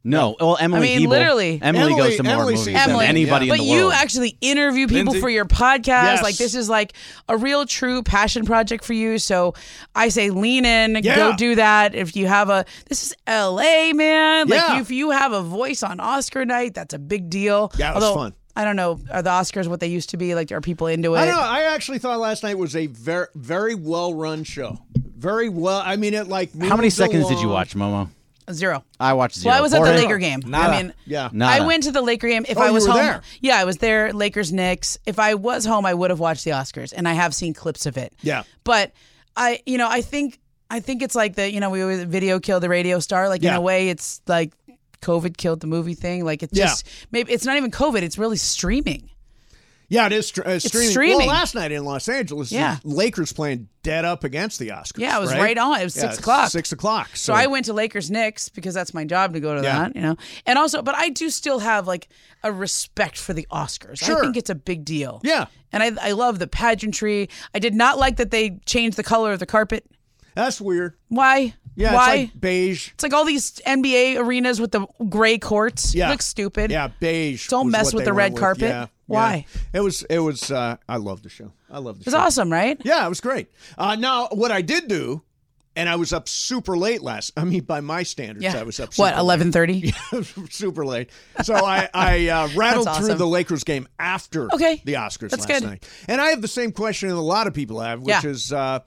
[SPEAKER 6] No, well, Emily.
[SPEAKER 4] mean,
[SPEAKER 6] Heeble.
[SPEAKER 4] literally.
[SPEAKER 6] Emily,
[SPEAKER 3] Emily-
[SPEAKER 6] goes to more
[SPEAKER 3] Emily
[SPEAKER 6] movies
[SPEAKER 3] sees
[SPEAKER 6] than
[SPEAKER 4] Emily.
[SPEAKER 6] anybody
[SPEAKER 4] But
[SPEAKER 6] in the
[SPEAKER 4] you
[SPEAKER 6] world.
[SPEAKER 4] actually interview people
[SPEAKER 1] Lindsay?
[SPEAKER 4] for your podcast.
[SPEAKER 3] Yes.
[SPEAKER 4] Like this is like a real true passion project for you. So I say lean in, go
[SPEAKER 3] Yeah.
[SPEAKER 4] do that. If you have a this is LA, man. Like
[SPEAKER 3] Yeah.
[SPEAKER 4] if you have a voice on Oscar night, that's a big deal.
[SPEAKER 3] Yeah, it was
[SPEAKER 4] Although,
[SPEAKER 3] fun.
[SPEAKER 4] I don't know, are the Oscars what they used to be? Like are people into it?
[SPEAKER 3] I don't know. I actually thought last night was a very, very well run show. Very well. I mean, it like.
[SPEAKER 6] How many
[SPEAKER 3] moved
[SPEAKER 6] seconds did you
[SPEAKER 3] along.
[SPEAKER 6] watch, Momo?
[SPEAKER 4] Zero.
[SPEAKER 6] I watched zero.
[SPEAKER 4] Well, I was at the
[SPEAKER 6] Jorge?
[SPEAKER 4] Laker game. I mean,
[SPEAKER 3] Yeah.
[SPEAKER 6] Nada.
[SPEAKER 4] I went to the Laker game. If
[SPEAKER 3] Oh,
[SPEAKER 4] I
[SPEAKER 3] you
[SPEAKER 4] was
[SPEAKER 3] were
[SPEAKER 4] home,
[SPEAKER 3] there.
[SPEAKER 4] yeah, I was there. Lakers, Knicks. If I was home, I would have watched the Oscars, and I have seen clips of it.
[SPEAKER 3] Yeah.
[SPEAKER 4] but I, you know, I think I think it's like the you know we always video killed the radio star. Like in
[SPEAKER 3] Yeah.
[SPEAKER 4] a way, it's like COVID killed the movie thing. Like it's
[SPEAKER 3] Yeah.
[SPEAKER 4] just maybe it's not even COVID. It's really streaming.
[SPEAKER 3] Yeah, it is str- uh, streaming.
[SPEAKER 4] streaming.
[SPEAKER 3] Well, last night in Los Angeles,
[SPEAKER 4] Yeah.
[SPEAKER 3] the Lakers playing dead up against the Oscars.
[SPEAKER 4] Yeah, it was right on. It was six o'clock.
[SPEAKER 3] Six o'clock.
[SPEAKER 4] So I went to Lakers Knicks because that's my job to go to
[SPEAKER 3] Yeah.
[SPEAKER 4] that, you know. And also, but I do still have like a respect for the Oscars. I
[SPEAKER 3] Sure.
[SPEAKER 4] think it's a big deal.
[SPEAKER 3] Yeah.
[SPEAKER 4] And I, I love the pageantry. I did not like that they changed the color of the carpet.
[SPEAKER 3] That's weird.
[SPEAKER 4] Why?
[SPEAKER 3] Yeah,
[SPEAKER 4] Why?
[SPEAKER 3] it's like beige.
[SPEAKER 4] It's like all these NBA arenas with the gray courts.
[SPEAKER 3] Yeah.
[SPEAKER 4] Looks stupid.
[SPEAKER 3] Yeah, beige.
[SPEAKER 4] Don't
[SPEAKER 3] was
[SPEAKER 4] mess
[SPEAKER 3] what
[SPEAKER 4] with
[SPEAKER 3] they
[SPEAKER 4] the red
[SPEAKER 3] went
[SPEAKER 4] carpet.
[SPEAKER 3] Yeah,
[SPEAKER 4] Why?
[SPEAKER 3] yeah. It was. It was. Uh, I love the show. I love the
[SPEAKER 4] It was
[SPEAKER 3] show.
[SPEAKER 4] awesome, right?
[SPEAKER 3] Yeah, it was great. Uh, now, what I did do, and I was up super late last. I mean, by my standards, I was up. Super
[SPEAKER 4] what, eleven thirty?
[SPEAKER 3] Late. super late. So I I uh, rattled
[SPEAKER 4] That's
[SPEAKER 3] through
[SPEAKER 4] awesome.
[SPEAKER 3] the Lakers game after
[SPEAKER 4] Okay.
[SPEAKER 3] the Oscars
[SPEAKER 4] That's
[SPEAKER 3] last
[SPEAKER 4] good.
[SPEAKER 3] night, and I have the same question that a lot of people have, which
[SPEAKER 4] Yeah.
[SPEAKER 3] is, uh,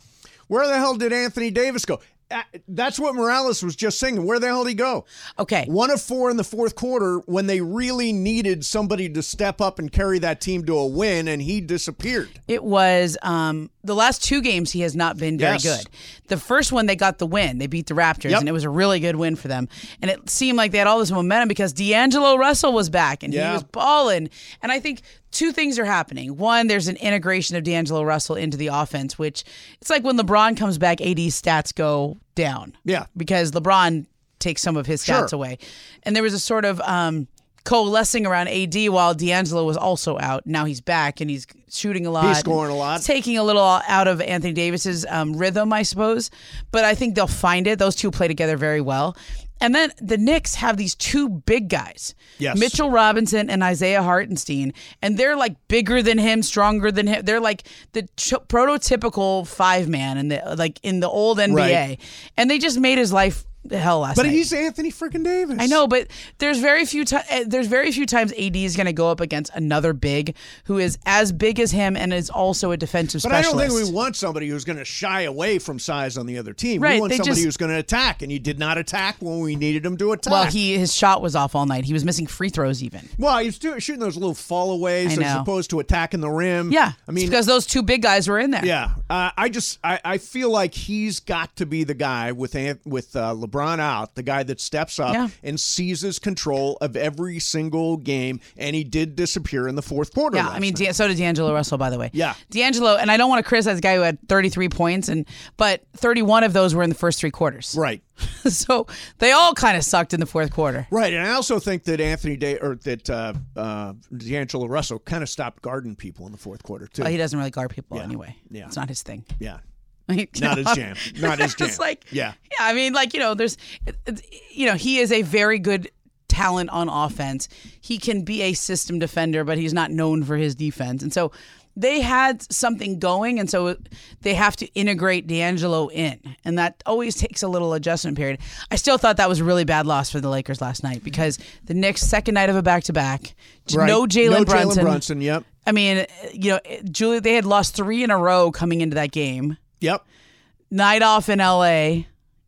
[SPEAKER 3] where the hell did Anthony Davis go? Uh, That's what Morales was just singing. Where the hell did he go?
[SPEAKER 4] Okay.
[SPEAKER 3] One of four in the fourth quarter when they really needed somebody to step up and carry that team to a win, and he disappeared.
[SPEAKER 4] It was um, the last two games he has not been very
[SPEAKER 3] Yes.
[SPEAKER 4] good. The first one they got the win. They beat the Raptors
[SPEAKER 3] Yep.
[SPEAKER 4] and it was a really good win for them. And it seemed like they had all this momentum because D'Angelo Russell was back and he
[SPEAKER 3] Yeah.
[SPEAKER 4] was balling. And I think two things are happening. One, there's an integration of D'Angelo Russell into the offense, which it's like when LeBron comes back, AD's stats go down
[SPEAKER 3] Yeah.
[SPEAKER 4] because LeBron takes some of his
[SPEAKER 3] Sure.
[SPEAKER 4] stats away. And there was a sort of um, coalescing around AD while D'Angelo was also out. Now he's back and he's shooting a lot.
[SPEAKER 3] He's scoring a lot.
[SPEAKER 4] It's taking a little out of Anthony Davis's um, rhythm, I suppose. But I think they'll find it. Those two play together very well. And then the Knicks have these two big guys,
[SPEAKER 3] Yes.
[SPEAKER 4] Mitchell Robinson and Isaiah Hartenstein, and they're like bigger than him, stronger than him. They're like the ch- prototypical five man, and the like in the old NBA,
[SPEAKER 3] Right.
[SPEAKER 4] and they just made his life hell last
[SPEAKER 3] But
[SPEAKER 4] night.
[SPEAKER 3] he's Anthony freaking Davis.
[SPEAKER 4] I know, but there's very few ti- uh there's very few times AD is going to go up against another big who is as big as him and is also a defensive
[SPEAKER 3] But I
[SPEAKER 4] specialist.
[SPEAKER 3] don't think we want somebody who's going to shy away from size on the other team. we
[SPEAKER 4] Right,
[SPEAKER 3] want
[SPEAKER 4] they
[SPEAKER 3] somebody
[SPEAKER 4] just-
[SPEAKER 3] who's going to attack, and he did not attack when we needed him to attack.
[SPEAKER 4] well, he his shot was off all night. He was missing free throws even.
[SPEAKER 3] Well, he was doing, shooting those little
[SPEAKER 4] I
[SPEAKER 3] fallaways as
[SPEAKER 4] know.
[SPEAKER 3] opposed to attacking the rim.
[SPEAKER 4] Yeah,
[SPEAKER 3] I mean,
[SPEAKER 4] because those two big guys were in there.
[SPEAKER 3] yeah. Uh, I just I, I feel like he's got to be the guy with An- with uh, LeBron out, the guy that steps up
[SPEAKER 4] Yeah.
[SPEAKER 3] and seizes control of every single game, and he did disappear in the fourth quarter.
[SPEAKER 4] Yeah,
[SPEAKER 3] last
[SPEAKER 4] I mean,
[SPEAKER 3] night.
[SPEAKER 4] Dan- so did D'Angelo Russell, by the way.
[SPEAKER 3] Yeah.
[SPEAKER 4] D'Angelo, and I don't want to criticize the guy who had 33 points, and but 31 of those were in the first three quarters.
[SPEAKER 3] right.
[SPEAKER 4] so they all kind of sucked in the fourth quarter.
[SPEAKER 3] Right, and I also think that Anthony Day or that uh, uh, D'Angelo Russell kind of stopped guarding people in the fourth quarter too.
[SPEAKER 4] But he doesn't really guard people anyway.
[SPEAKER 3] yeah.
[SPEAKER 4] It's not his thing.
[SPEAKER 3] yeah,
[SPEAKER 4] Like, you
[SPEAKER 3] Not
[SPEAKER 4] know,
[SPEAKER 3] his jam. Not his jam.
[SPEAKER 4] it's like,
[SPEAKER 3] Yeah.
[SPEAKER 4] yeah. Yeah. I mean, like, you know, there's, you know, he is a very good talent on offense. He can be a system defender, but he's not known for his defense. And so they had something going. And so they have to integrate D'Angelo in. And that always takes a little adjustment period. I still thought that was a really bad loss for the Lakers last night because the Knicks, second night of a back to back,
[SPEAKER 3] Right.
[SPEAKER 4] no Jalen
[SPEAKER 3] no
[SPEAKER 4] Brunson.
[SPEAKER 3] Jalen Brunson. Yep,
[SPEAKER 4] I mean, you know, Julie, they had lost three in a row coming into that game
[SPEAKER 3] yep,
[SPEAKER 4] night off in LA.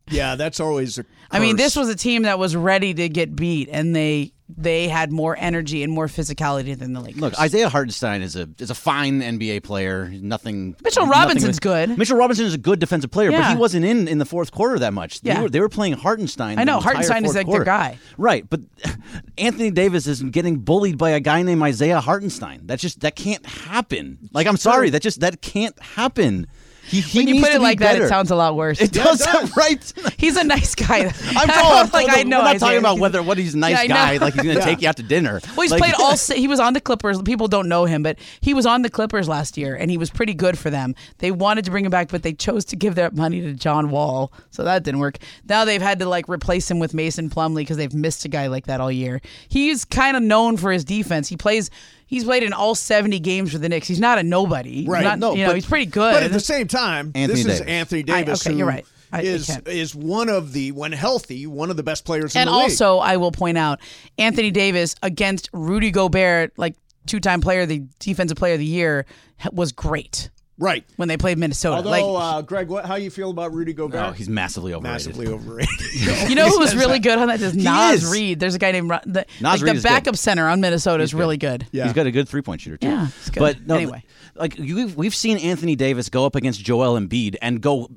[SPEAKER 3] yeah. That's always. A
[SPEAKER 4] I mean,
[SPEAKER 3] curse.
[SPEAKER 4] this was a team that was ready to get beat, and they they had more energy and more physicality than the Lakers.
[SPEAKER 6] Look, Isaiah Hartenstein is a is a fine NBA player. He's Nothing.
[SPEAKER 4] Mitchell
[SPEAKER 6] nothing
[SPEAKER 4] Robinson's good.
[SPEAKER 6] Mitchell Robinson is a good defensive player, but
[SPEAKER 4] Yeah.
[SPEAKER 6] he wasn't in in the fourth quarter that much. They,
[SPEAKER 4] Yeah.
[SPEAKER 6] were, they were playing Hartenstein.
[SPEAKER 4] I
[SPEAKER 6] the
[SPEAKER 4] know,
[SPEAKER 6] entire
[SPEAKER 4] Hartenstein is
[SPEAKER 6] fourth
[SPEAKER 4] like their
[SPEAKER 6] quarter.
[SPEAKER 4] guy.
[SPEAKER 6] Right, but Anthony Davis is getting bullied by a guy named Isaiah Hartenstein. That's just that can't happen. Like I'm sorry, that just that can't happen. He, he
[SPEAKER 4] when you
[SPEAKER 6] needs
[SPEAKER 4] put
[SPEAKER 6] to
[SPEAKER 4] it
[SPEAKER 6] be
[SPEAKER 4] like that,
[SPEAKER 6] better.
[SPEAKER 4] it sounds a lot worse.
[SPEAKER 6] It does, right?
[SPEAKER 4] He's a nice guy.
[SPEAKER 6] I'm, talking-
[SPEAKER 4] like I know.
[SPEAKER 6] I'm not
[SPEAKER 4] Isaiah.
[SPEAKER 6] talking about whether what he's a nice
[SPEAKER 4] I know.
[SPEAKER 6] guy, like he's going to take you out to dinner.
[SPEAKER 4] Well, he's
[SPEAKER 6] Like-
[SPEAKER 4] played all. si- He was on the Clippers. People don't know him, but he was on the Clippers last year, and he was pretty good for them. They wanted to bring him back, but they chose to give that money to John Wall, so that didn't work. Now they've had to like replace him with Mason Plumlee because they've missed a guy like that all year. He's kind of known for his defense. He plays. He's played in all seventy games for the Knicks. He's not a nobody. He's
[SPEAKER 3] Right,
[SPEAKER 4] Not,
[SPEAKER 6] no,
[SPEAKER 4] you know,
[SPEAKER 6] but-
[SPEAKER 4] he's pretty good.
[SPEAKER 3] But at the same time,
[SPEAKER 6] Anthony
[SPEAKER 3] this is
[SPEAKER 6] Davis.
[SPEAKER 3] Anthony Davis.
[SPEAKER 4] okay,
[SPEAKER 3] who
[SPEAKER 4] you're right. I- I
[SPEAKER 3] is
[SPEAKER 4] can't.
[SPEAKER 3] is one of the when healthy one of the best players in
[SPEAKER 4] and
[SPEAKER 3] the league.
[SPEAKER 4] also, I will point out Anthony Davis against Rudy Gobert, like two-time player, of the defensive player of the year, was great.
[SPEAKER 3] right.
[SPEAKER 4] when they played Minnesota.
[SPEAKER 3] Although,
[SPEAKER 4] like,
[SPEAKER 3] uh, Greg, what, how you feel about Rudy Gobert?
[SPEAKER 6] Oh, he's massively overrated.
[SPEAKER 3] massively overrated. uh,
[SPEAKER 4] you know who was really good on that? Is Nas
[SPEAKER 6] is.
[SPEAKER 4] Reed. There's a guy named Ru- the,
[SPEAKER 6] Nas
[SPEAKER 4] like,
[SPEAKER 6] Reed
[SPEAKER 4] the
[SPEAKER 6] is good.
[SPEAKER 4] backup center on Minnesota is really good.
[SPEAKER 3] Yeah.
[SPEAKER 6] He's got a good three point shooter too.
[SPEAKER 4] Yeah, it's good.
[SPEAKER 6] But no,
[SPEAKER 4] Anyway.
[SPEAKER 6] like you, we've seen Anthony Davis go up against Joel Embiid and go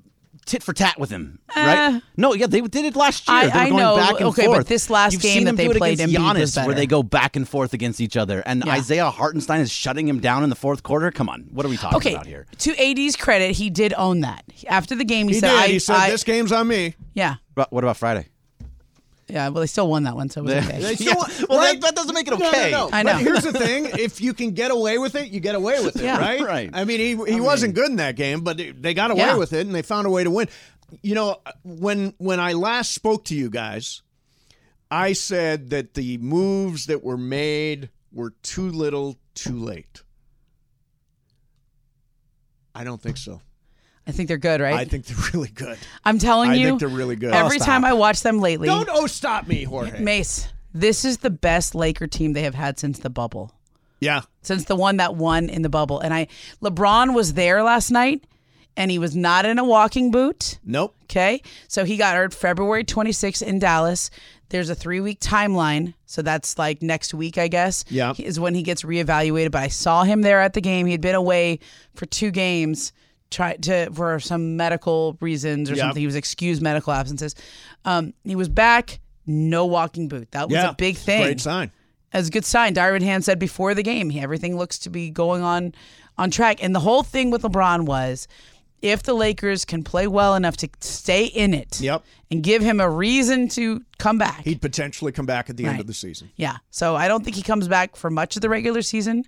[SPEAKER 6] tit for tat with him, right? No, yeah, they did it last year.
[SPEAKER 4] Uh, I-
[SPEAKER 6] they were
[SPEAKER 4] I
[SPEAKER 6] going
[SPEAKER 4] know.
[SPEAKER 6] back and
[SPEAKER 4] Okay, but
[SPEAKER 6] forth.
[SPEAKER 4] this last
[SPEAKER 6] You've
[SPEAKER 4] game
[SPEAKER 6] seen
[SPEAKER 4] that
[SPEAKER 6] them
[SPEAKER 4] they
[SPEAKER 6] do it
[SPEAKER 4] played,
[SPEAKER 6] against
[SPEAKER 4] Embiid was
[SPEAKER 6] Giannis, where
[SPEAKER 4] better.
[SPEAKER 6] they go back and forth against each other, and
[SPEAKER 4] Yeah.
[SPEAKER 6] Isaiah Hartenstein is shutting him down in the fourth quarter. Come on, what are we talking
[SPEAKER 4] Okay,
[SPEAKER 6] about here?
[SPEAKER 4] to AD's credit, he did own that. After the game, he,
[SPEAKER 3] he
[SPEAKER 4] said,
[SPEAKER 3] did.
[SPEAKER 4] I,
[SPEAKER 3] he said,
[SPEAKER 4] I-
[SPEAKER 3] "This game's on me."
[SPEAKER 4] Yeah,
[SPEAKER 6] But what about Friday?
[SPEAKER 4] yeah. Well, they still won that one, so it was okay.
[SPEAKER 3] You know what?
[SPEAKER 6] Well, that-
[SPEAKER 3] Right?
[SPEAKER 6] that doesn't make it
[SPEAKER 3] No, no,
[SPEAKER 6] okay.
[SPEAKER 3] no.
[SPEAKER 4] I
[SPEAKER 3] But
[SPEAKER 4] know.
[SPEAKER 3] here's the thing: if you can get away with it, you get away with it,
[SPEAKER 4] Yeah.
[SPEAKER 3] right?
[SPEAKER 6] Right.
[SPEAKER 3] I mean, he he wasn't good in that game, but they- they got away
[SPEAKER 4] Yeah.
[SPEAKER 3] with it, and they found a way to win. You know, when when I last spoke to you guys, I said that the moves that were made were too little, too late. I don't think so.
[SPEAKER 4] I think they're good,
[SPEAKER 3] I
[SPEAKER 4] right?
[SPEAKER 3] think they're really good.
[SPEAKER 4] I'm telling
[SPEAKER 3] I
[SPEAKER 4] you,
[SPEAKER 3] think they're really good.
[SPEAKER 4] Every
[SPEAKER 3] Oh,
[SPEAKER 4] time
[SPEAKER 3] stop.
[SPEAKER 4] I watch them lately,
[SPEAKER 3] Don't oh stop me, Jorge.
[SPEAKER 4] Mace, this is the best Laker team they have had since the bubble.
[SPEAKER 3] yeah,
[SPEAKER 4] since the one that won in the bubble. And I LeBron was there last night and he was not in a walking boot.
[SPEAKER 3] nope.
[SPEAKER 4] Okay. So he got hurt February 26th in Dallas. There's a three week timeline. So that's like next week, I guess.
[SPEAKER 3] Yeah.
[SPEAKER 4] Is when he gets reevaluated. But I saw him there at the game. He had been away for two games try to for some medical reasons or
[SPEAKER 3] Yeah.
[SPEAKER 4] something. He was excused medical absences. Um, he was back, no walking boot. That was
[SPEAKER 3] yeah,
[SPEAKER 4] a big thing
[SPEAKER 3] Great sign.
[SPEAKER 4] as a good sign. Darvin Hand said before the game, he, everything looks to be going on on track. And the whole thing with LeBron was if the Lakers can play well enough to stay in it
[SPEAKER 3] Yep.
[SPEAKER 4] and give him a reason to come back.
[SPEAKER 3] He'd potentially come back at the end
[SPEAKER 4] Right.
[SPEAKER 3] of the season.
[SPEAKER 4] yeah. So I don't think he comes back for much of the regular season.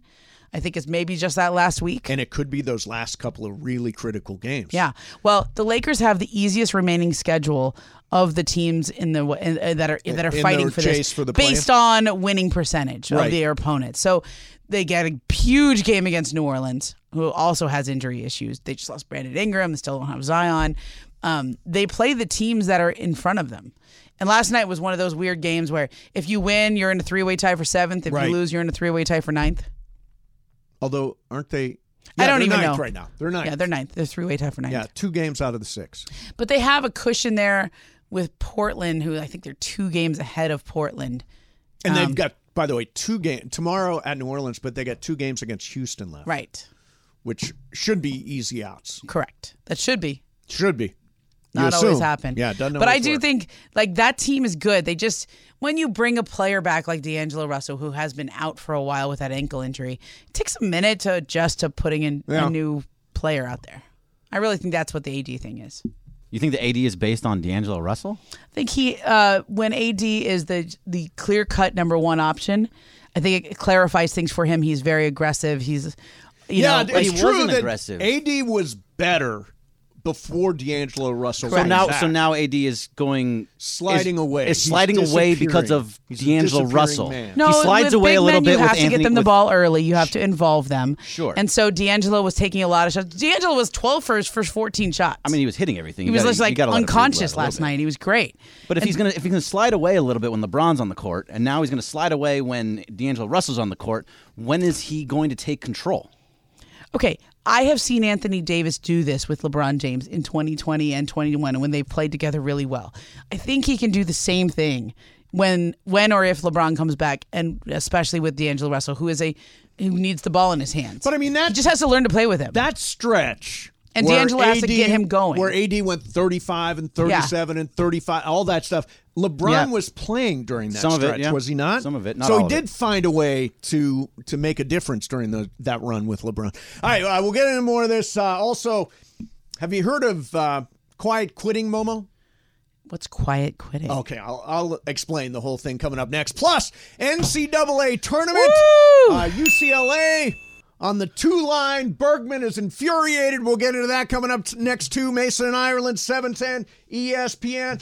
[SPEAKER 4] I think it's maybe just that last week.
[SPEAKER 3] And it could be those last couple of really critical games.
[SPEAKER 4] Yeah. Well, the Lakers have the easiest remaining schedule of the teams in the in, uh, that are that are
[SPEAKER 3] in
[SPEAKER 4] fighting
[SPEAKER 3] their
[SPEAKER 4] for
[SPEAKER 3] chase
[SPEAKER 4] this
[SPEAKER 3] for the
[SPEAKER 4] based on winning percentage
[SPEAKER 3] Right.
[SPEAKER 4] of their opponents. So they get a huge game against New Orleans, who also has injury issues. They just lost Brandon Ingram. They still don't have Zion. Um, they play the teams that are in front of them. And last night was one of those weird games where if you win, you're in a three way tie for seventh. If
[SPEAKER 3] Right.
[SPEAKER 4] you lose, you're in a three way tie for ninth.
[SPEAKER 3] Although, aren't they?
[SPEAKER 4] I
[SPEAKER 3] Yeah,
[SPEAKER 4] don't
[SPEAKER 3] they're
[SPEAKER 4] even
[SPEAKER 3] ninth
[SPEAKER 4] know.
[SPEAKER 3] right now. They're ninth.
[SPEAKER 4] Yeah, they're ninth. They're three way tie for ninth.
[SPEAKER 3] Yeah, two games out of the six.
[SPEAKER 4] But they have a cushion there with Portland, who I think they're two games ahead of Portland.
[SPEAKER 3] And
[SPEAKER 4] Um,
[SPEAKER 3] they've got, by the way, two games tomorrow at New Orleans, but they got two games against Houston left,
[SPEAKER 4] Right.
[SPEAKER 3] which should be easy outs.
[SPEAKER 4] Correct. That should be.
[SPEAKER 3] Should be. You
[SPEAKER 4] Not always
[SPEAKER 3] assume.
[SPEAKER 4] happen.
[SPEAKER 3] Yeah, it doesn't
[SPEAKER 4] But I
[SPEAKER 3] always
[SPEAKER 4] do
[SPEAKER 3] work.
[SPEAKER 4] think like that team is good. They just when you bring a player back like D'Angelo Russell, who has been out for a while with that ankle injury, it takes a minute to adjust to putting in
[SPEAKER 3] Yeah.
[SPEAKER 4] a new player out there. I really think that's what the AD thing is.
[SPEAKER 6] You think the AD is based on D'Angelo Russell?
[SPEAKER 4] I think he uh, when AD is the the clear cut number one option. I think it clarifies things for him. He's very aggressive. He's you
[SPEAKER 3] yeah,
[SPEAKER 4] know,
[SPEAKER 6] but
[SPEAKER 3] it's
[SPEAKER 6] he
[SPEAKER 3] true
[SPEAKER 6] wasn't
[SPEAKER 3] that
[SPEAKER 6] aggressive.
[SPEAKER 3] AD was better before D'Angelo Russell.
[SPEAKER 6] So
[SPEAKER 3] came
[SPEAKER 6] now,
[SPEAKER 3] back.
[SPEAKER 6] so now AD is going
[SPEAKER 3] Sliding
[SPEAKER 6] is-
[SPEAKER 3] away.
[SPEAKER 6] Is
[SPEAKER 3] He's
[SPEAKER 6] sliding away
[SPEAKER 3] disappearing.
[SPEAKER 6] because of
[SPEAKER 3] He's a
[SPEAKER 6] D'Angelo
[SPEAKER 3] disappearing
[SPEAKER 6] Russell.
[SPEAKER 3] man.
[SPEAKER 4] No,
[SPEAKER 6] he slides
[SPEAKER 4] with
[SPEAKER 6] away
[SPEAKER 4] big
[SPEAKER 6] a little
[SPEAKER 4] men,
[SPEAKER 6] bit
[SPEAKER 4] You
[SPEAKER 6] with
[SPEAKER 4] have
[SPEAKER 6] Anthony.
[SPEAKER 4] to get them the
[SPEAKER 6] with-
[SPEAKER 4] ball early. You have to involve them.
[SPEAKER 6] Sure.
[SPEAKER 4] And so D'Angelo was taking a lot of shots. D'Angelo was 12 for his first 14 shots.
[SPEAKER 6] I mean, he was hitting everything.
[SPEAKER 4] he
[SPEAKER 6] You
[SPEAKER 4] was
[SPEAKER 6] gotta-
[SPEAKER 4] just
[SPEAKER 6] you
[SPEAKER 4] like
[SPEAKER 6] gotta let him
[SPEAKER 4] unconscious
[SPEAKER 6] breathe a little
[SPEAKER 4] last
[SPEAKER 6] bit.
[SPEAKER 4] night. He was great.
[SPEAKER 6] But if he's gonna if he's gonna slide away a little bit when LeBron's on the court, and now he's gonna slide away when D'Angelo Russell's on the court, when is he going to take control?
[SPEAKER 4] Okay, I have seen Anthony Davis do this with LeBron James in 2020 and 21 when they played together really well. I think he can do the same thing when when or if LeBron comes back and especially with D'Angelo Russell who is a who needs the ball in his hands.
[SPEAKER 3] But I mean, that-
[SPEAKER 4] he just has to learn to play with him.
[SPEAKER 3] that stretch.
[SPEAKER 4] And
[SPEAKER 3] where
[SPEAKER 4] D'Angelo has to get him going.
[SPEAKER 3] Where AD went 35 and 37 and 35, all that stuff. LeBron
[SPEAKER 6] Yeah.
[SPEAKER 3] was playing during that
[SPEAKER 6] Some of it,
[SPEAKER 3] stretch,
[SPEAKER 6] yeah.
[SPEAKER 3] was he not?
[SPEAKER 6] Some of it, not
[SPEAKER 3] so
[SPEAKER 6] all of
[SPEAKER 3] he did find a way to to make a difference during the, that run with LeBron. All right, uh, we'll get into more of this. Uh, also, have you heard of uh, quiet quitting, Momo?
[SPEAKER 4] What's quiet quitting?
[SPEAKER 3] Okay, I'll, I'll explain the whole thing coming up next. Plus, NCAA tournament, uh, UCLA on the two line. Bergman is infuriated. We'll get into that coming up t- next two. Mason and Ireland, E 710 ESPN.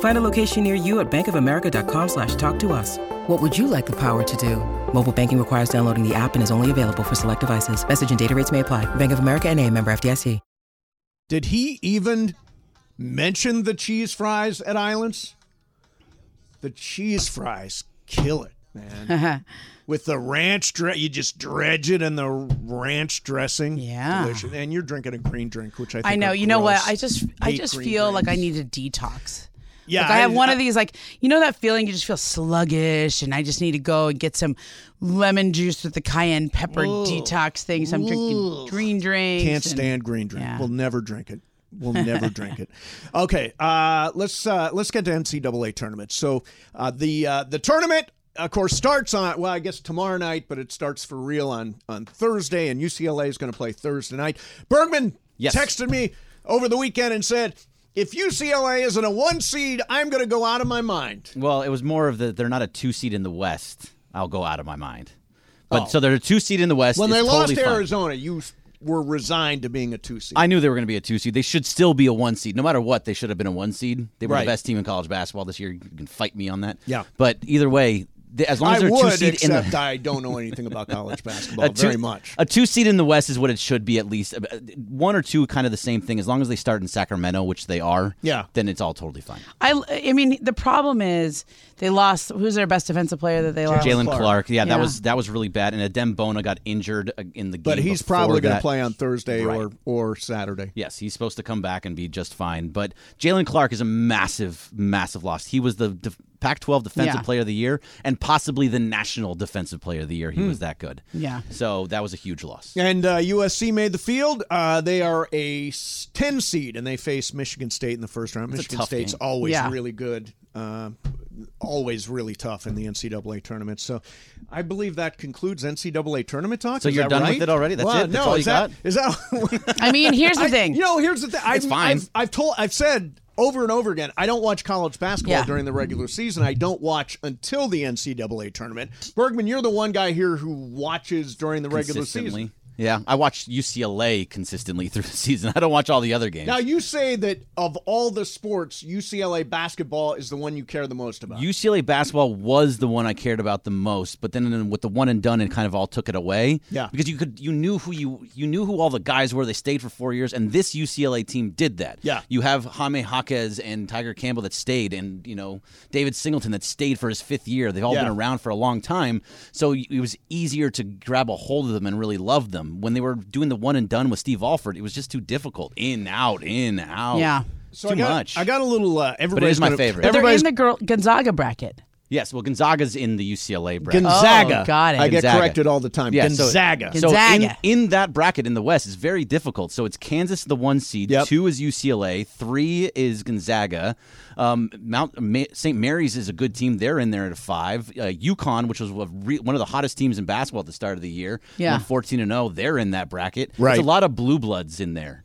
[SPEAKER 7] Find a location near you at bankofamerica.com slash talk to us. What would you like the power to do? Mobile banking requires downloading the app and is only available for select devices. Message and data rates may apply. Bank of America and a member FDIC.
[SPEAKER 3] Did he even mention the cheese fries at Islands? The cheese fries kill it, man. With the ranch dress, you just dredge it in the ranch dressing.
[SPEAKER 4] Yeah.
[SPEAKER 3] delicious. And you're drinking a green drink, which I think
[SPEAKER 4] I know.
[SPEAKER 3] are
[SPEAKER 4] You know what?
[SPEAKER 3] gross.
[SPEAKER 4] I just I
[SPEAKER 3] Hate
[SPEAKER 4] just
[SPEAKER 3] green
[SPEAKER 4] feel like I
[SPEAKER 3] drinks.
[SPEAKER 4] need a detox.
[SPEAKER 3] Yeah,
[SPEAKER 4] Like I have
[SPEAKER 3] I-
[SPEAKER 4] one
[SPEAKER 3] I-
[SPEAKER 4] of these like you know that feeling you just feel sluggish and I just need to go and get some lemon juice with the cayenne pepper detox thing. So I'm drinking green drinks.
[SPEAKER 3] Can't
[SPEAKER 4] and-
[SPEAKER 3] stand green drink.
[SPEAKER 4] yeah.
[SPEAKER 3] We'll never drink it. We'll never drink it. Okay, uh, let's uh, let's get to NCAA tournament. So uh, the uh, the tournament, of course, starts on well, I guess tomorrow night, but it starts for real on on Thursday, and UCLA is going to play Thursday night. Bergman
[SPEAKER 6] Yes.
[SPEAKER 3] texted me over the weekend and said, "If UCLA isn't a one seed, I'm going to go out of my mind."
[SPEAKER 6] Well, it was more of the they're not a two seed in the West. I'll go out of my mind. But so they're a two seed in the West.
[SPEAKER 3] When
[SPEAKER 6] It's
[SPEAKER 3] they lost
[SPEAKER 6] totally
[SPEAKER 3] to
[SPEAKER 6] fine.
[SPEAKER 3] Arizona, you s- were resigned to being a two seed.
[SPEAKER 6] I knew they were going to be a two seed. They should still be a one seed. No matter what, they should have been a one seed. They were
[SPEAKER 3] Right.
[SPEAKER 6] the best team in college basketball this year. You can fight me on that.
[SPEAKER 3] Yeah.
[SPEAKER 6] But either way, th- as long as
[SPEAKER 3] I
[SPEAKER 6] they're
[SPEAKER 3] would,
[SPEAKER 6] two seed in
[SPEAKER 3] except
[SPEAKER 6] the
[SPEAKER 3] I don't know anything about college basketball
[SPEAKER 6] a two,
[SPEAKER 3] Oh, very much.
[SPEAKER 6] A two seed in the West is what it should be at least. Uh, One or two, kind of the same thing. As long as they start in Sacramento, which they are,
[SPEAKER 3] Yeah.
[SPEAKER 6] then it's all totally fine.
[SPEAKER 4] I, I mean, the problem is they lost. Who's their best defensive player that they lost?
[SPEAKER 6] Jalen Clark. yeah, that
[SPEAKER 4] Yeah.
[SPEAKER 6] was that was really bad. And Adem Bona got injured uh, in the game.
[SPEAKER 3] But he's
[SPEAKER 6] before
[SPEAKER 3] probably going to
[SPEAKER 6] that.
[SPEAKER 3] play on Thursday or
[SPEAKER 6] Right.
[SPEAKER 3] or Saturday.
[SPEAKER 6] Yes, he's supposed to come back and be just fine. But Jalen Clark is a massive, massive loss. He was the def- Pac-12 Defensive
[SPEAKER 4] Yeah.
[SPEAKER 6] Player of the Year and possibly the National Defensive Player of the Year. He was that good.
[SPEAKER 4] Hmm. Yeah.
[SPEAKER 6] So that was a huge loss.
[SPEAKER 3] And uh, USC made the field. Uh, they are a s- 10 seed, and they face Michigan State in the first round.
[SPEAKER 6] a
[SPEAKER 3] Michigan
[SPEAKER 6] tough
[SPEAKER 3] State's
[SPEAKER 6] game.
[SPEAKER 3] always
[SPEAKER 4] Yeah.
[SPEAKER 3] really good, uh, always really tough in the NCAA tournament. So I believe that concludes NCAA tournament talk.
[SPEAKER 6] So
[SPEAKER 3] Is
[SPEAKER 6] you're
[SPEAKER 3] that
[SPEAKER 6] done with
[SPEAKER 3] right?
[SPEAKER 6] it already? That's
[SPEAKER 3] Well,
[SPEAKER 6] it? That's
[SPEAKER 3] No,
[SPEAKER 6] all
[SPEAKER 3] is
[SPEAKER 6] you
[SPEAKER 3] that,
[SPEAKER 6] got?
[SPEAKER 3] is that?
[SPEAKER 4] I mean, here's the thing.
[SPEAKER 3] I, you know, here's the thing. I've,
[SPEAKER 6] fine.
[SPEAKER 3] I've, I've told, I've said over and over again, I don't watch college basketball
[SPEAKER 4] Yeah.
[SPEAKER 3] during the regular season. I don't watch until the NCAA tournament. Bergman, you're the one guy here who watches during the regular season.
[SPEAKER 6] Consistently. Yeah, I watched UCLA consistently through the season. I don't watch all the other games.
[SPEAKER 3] Now you say that of all the sports, UCLA basketball is the one you care the most about.
[SPEAKER 6] UCLA basketball was the one I cared about the most, but then with the one and done, it kind of all took it away.
[SPEAKER 3] Yeah.
[SPEAKER 6] because you could you knew who you you knew who all the guys were. They stayed for four years, and this UCLA team did that.
[SPEAKER 3] Yeah.
[SPEAKER 6] you have Jaime Jaquez and Tiger Campbell that stayed, and you know David Singleton that stayed for his fifth year. They've all
[SPEAKER 3] Yeah.
[SPEAKER 6] been around for a long time, so y- it was easier to grab a hold of them and really love them. When they were doing the one and done with Steve Alford, it was just too difficult. In out, in out.
[SPEAKER 4] Yeah.
[SPEAKER 3] so
[SPEAKER 6] too
[SPEAKER 3] I got,
[SPEAKER 6] much.
[SPEAKER 3] I got a little. Uh, everybody's
[SPEAKER 6] is my
[SPEAKER 3] gonna-
[SPEAKER 6] favorite.
[SPEAKER 4] But they're in
[SPEAKER 3] Everybody's
[SPEAKER 4] the girl, Gonzaga bracket.
[SPEAKER 6] Yes, well, Gonzaga's in the UCLA bracket.
[SPEAKER 3] Gonzaga.
[SPEAKER 4] Oh, got it.
[SPEAKER 3] I get
[SPEAKER 6] Gonzaga.
[SPEAKER 3] corrected all the time.
[SPEAKER 6] Yeah, so-
[SPEAKER 3] Gonzaga.
[SPEAKER 4] Gonzaga.
[SPEAKER 6] So in, in that bracket in the West is very difficult. So it's Kansas the one seed,
[SPEAKER 3] Yep.
[SPEAKER 6] two is UCLA, three is Gonzaga. Um, Mount Ma- St. Mary's is a good team. They're in there at a five. Uh, UConn, which was a re- one of the hottest teams in basketball at the start of the year,
[SPEAKER 4] Yeah.
[SPEAKER 6] went fourteen and zero. They're in that bracket.
[SPEAKER 3] Right.
[SPEAKER 6] There's a lot of blue bloods in there.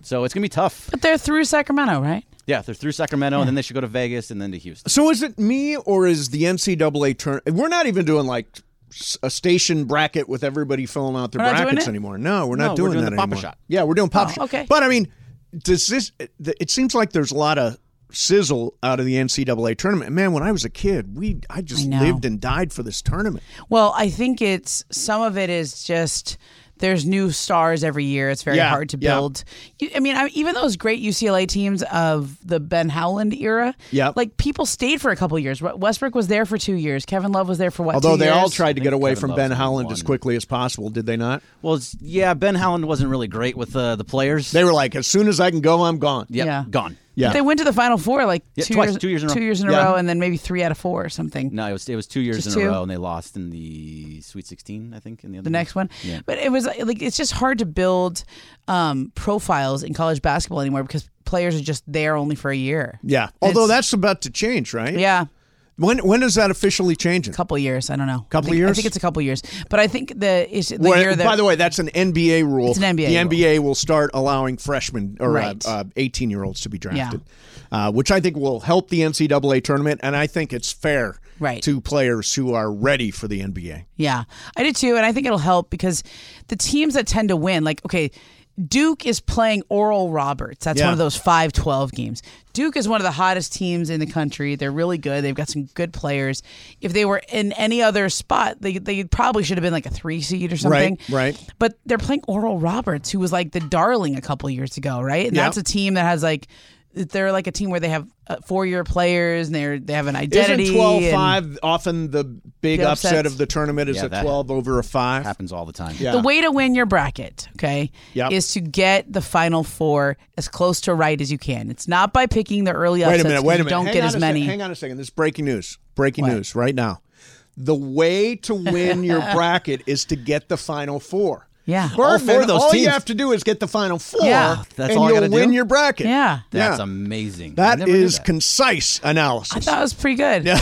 [SPEAKER 6] So it's gonna be tough.
[SPEAKER 4] But they're through Sacramento, right?
[SPEAKER 6] Yeah, they're through Sacramento, and then they should go to Vegas, and then to Houston.
[SPEAKER 3] So is it me or is the NCAA turn? We're not even doing like s- a station bracket with everybody filling out their
[SPEAKER 4] We're not doing
[SPEAKER 3] brackets
[SPEAKER 4] it?
[SPEAKER 3] anymore. No, we're not
[SPEAKER 6] No,
[SPEAKER 3] doing,
[SPEAKER 6] we're doing
[SPEAKER 3] that
[SPEAKER 6] the Papa
[SPEAKER 3] anymore.
[SPEAKER 6] Shot.
[SPEAKER 3] Yeah, we're doing pop shot.
[SPEAKER 4] Oh, okay.
[SPEAKER 3] But I mean, does this? It, it seems like there's a lot of sizzle out of the NCAA tournament. Man, when I was a kid, we I just
[SPEAKER 4] know.
[SPEAKER 3] lived and died for this tournament.
[SPEAKER 4] Well, I think it's some of it is just there's new stars every year. It's very
[SPEAKER 3] Yeah,
[SPEAKER 4] hard to
[SPEAKER 3] yeah.
[SPEAKER 4] build. You- I mean, I, even those great UCLA teams of the Ben Howland era,
[SPEAKER 3] Yep.
[SPEAKER 4] like people stayed for a couple years. Wa- Westbrook was there for two years. Kevin Love was there for what?
[SPEAKER 3] Although
[SPEAKER 4] two
[SPEAKER 3] they all
[SPEAKER 4] years?
[SPEAKER 3] tried to get away
[SPEAKER 6] Kevin
[SPEAKER 3] from
[SPEAKER 6] Love's
[SPEAKER 3] Ben
[SPEAKER 6] the
[SPEAKER 3] Howland
[SPEAKER 6] one.
[SPEAKER 3] as quickly as possible, did they not?
[SPEAKER 6] Well, it's, yeah, Ben Howland wasn't really great with uh, the players.
[SPEAKER 3] They were like, as soon as I can go, I'm gone.
[SPEAKER 6] Yep,
[SPEAKER 4] Yeah.
[SPEAKER 6] gone.
[SPEAKER 4] But
[SPEAKER 3] Yeah.
[SPEAKER 4] They went to the Final Four like
[SPEAKER 6] Yeah,
[SPEAKER 4] two,
[SPEAKER 6] twice,
[SPEAKER 4] years,
[SPEAKER 6] two years in a row.
[SPEAKER 4] two years in a
[SPEAKER 3] Yeah.
[SPEAKER 4] row, and then maybe three out of four or something.
[SPEAKER 6] No, it was it was two years
[SPEAKER 4] Just
[SPEAKER 6] in a
[SPEAKER 4] two?
[SPEAKER 6] row, and they lost in the Sweet Sixteen, I think. In the, other
[SPEAKER 4] the next one.
[SPEAKER 6] Yeah.
[SPEAKER 4] But it was like it's just hard to build um, profiles in college basketball anymore because players are just there only for a year.
[SPEAKER 3] Yeah. Although that's about to change, right?
[SPEAKER 4] Yeah,
[SPEAKER 3] When when is that officially changing?
[SPEAKER 4] a couple years. I don't know.
[SPEAKER 3] Couple
[SPEAKER 4] I think-
[SPEAKER 3] years?
[SPEAKER 4] I think it's a couple years. But I think the is the
[SPEAKER 3] Well,
[SPEAKER 4] year that
[SPEAKER 3] by the way, that's an NBA rule.
[SPEAKER 4] It's an NBA
[SPEAKER 3] The
[SPEAKER 4] rule.
[SPEAKER 3] NBA will start allowing freshmen or
[SPEAKER 4] Right.
[SPEAKER 3] uh, eighteen year olds to be drafted, uh, which I think will help the NCAA tournament, and I think it's fair
[SPEAKER 4] Right.
[SPEAKER 3] to players who are ready for the NBA.
[SPEAKER 4] Yeah, I did too, and I think it'll help because the teams that tend to win, like okay, Duke is playing Oral Roberts. That's
[SPEAKER 3] Yeah.
[SPEAKER 4] one of those 5-12 games. Duke is one of the hottest teams in the country. They're really good. They've got some good players. If they were in any other spot, they they probably should have been like a three seed or something.
[SPEAKER 3] right.
[SPEAKER 4] But they're playing Oral Roberts, who was like the darling a couple years ago, right? And
[SPEAKER 3] Yeah.
[SPEAKER 4] that's a team that has like. They're like a team where they have uh, four-year players, and they're they have an identity.
[SPEAKER 3] Isn't
[SPEAKER 4] and-
[SPEAKER 3] 12-5 often the big
[SPEAKER 4] The
[SPEAKER 3] upset
[SPEAKER 4] upsets.
[SPEAKER 3] of the tournament? Is
[SPEAKER 6] Yeah,
[SPEAKER 3] a
[SPEAKER 6] that
[SPEAKER 3] twelve over a five?
[SPEAKER 6] happens all the time.
[SPEAKER 3] Yeah.
[SPEAKER 4] The way to win your bracket, okay,
[SPEAKER 3] Yep.
[SPEAKER 4] is to get the final four as close to right as you can. It's not by picking the early
[SPEAKER 3] Wait a
[SPEAKER 4] upsets.
[SPEAKER 3] minute.
[SPEAKER 4] 'cause
[SPEAKER 3] Wait a
[SPEAKER 4] you
[SPEAKER 3] minute.
[SPEAKER 4] Don't
[SPEAKER 3] Hang
[SPEAKER 4] get
[SPEAKER 3] on
[SPEAKER 4] as
[SPEAKER 3] a sec-
[SPEAKER 4] many.
[SPEAKER 3] hang on a second. This is breaking news. Breaking news right now. The way to win your bracket is to get the final four.
[SPEAKER 4] Yeah.
[SPEAKER 3] Bergman, all
[SPEAKER 6] four of those
[SPEAKER 3] you
[SPEAKER 6] teams.
[SPEAKER 3] have to do is get the final four.
[SPEAKER 4] Yeah.
[SPEAKER 6] That's
[SPEAKER 3] and
[SPEAKER 6] all I
[SPEAKER 3] you'll
[SPEAKER 6] gotta do?
[SPEAKER 3] win your bracket.
[SPEAKER 4] Yeah.
[SPEAKER 6] That's
[SPEAKER 3] yeah.
[SPEAKER 6] amazing. I
[SPEAKER 3] That
[SPEAKER 6] never knew
[SPEAKER 3] is
[SPEAKER 6] that.
[SPEAKER 3] concise analysis.
[SPEAKER 4] I thought it was pretty good.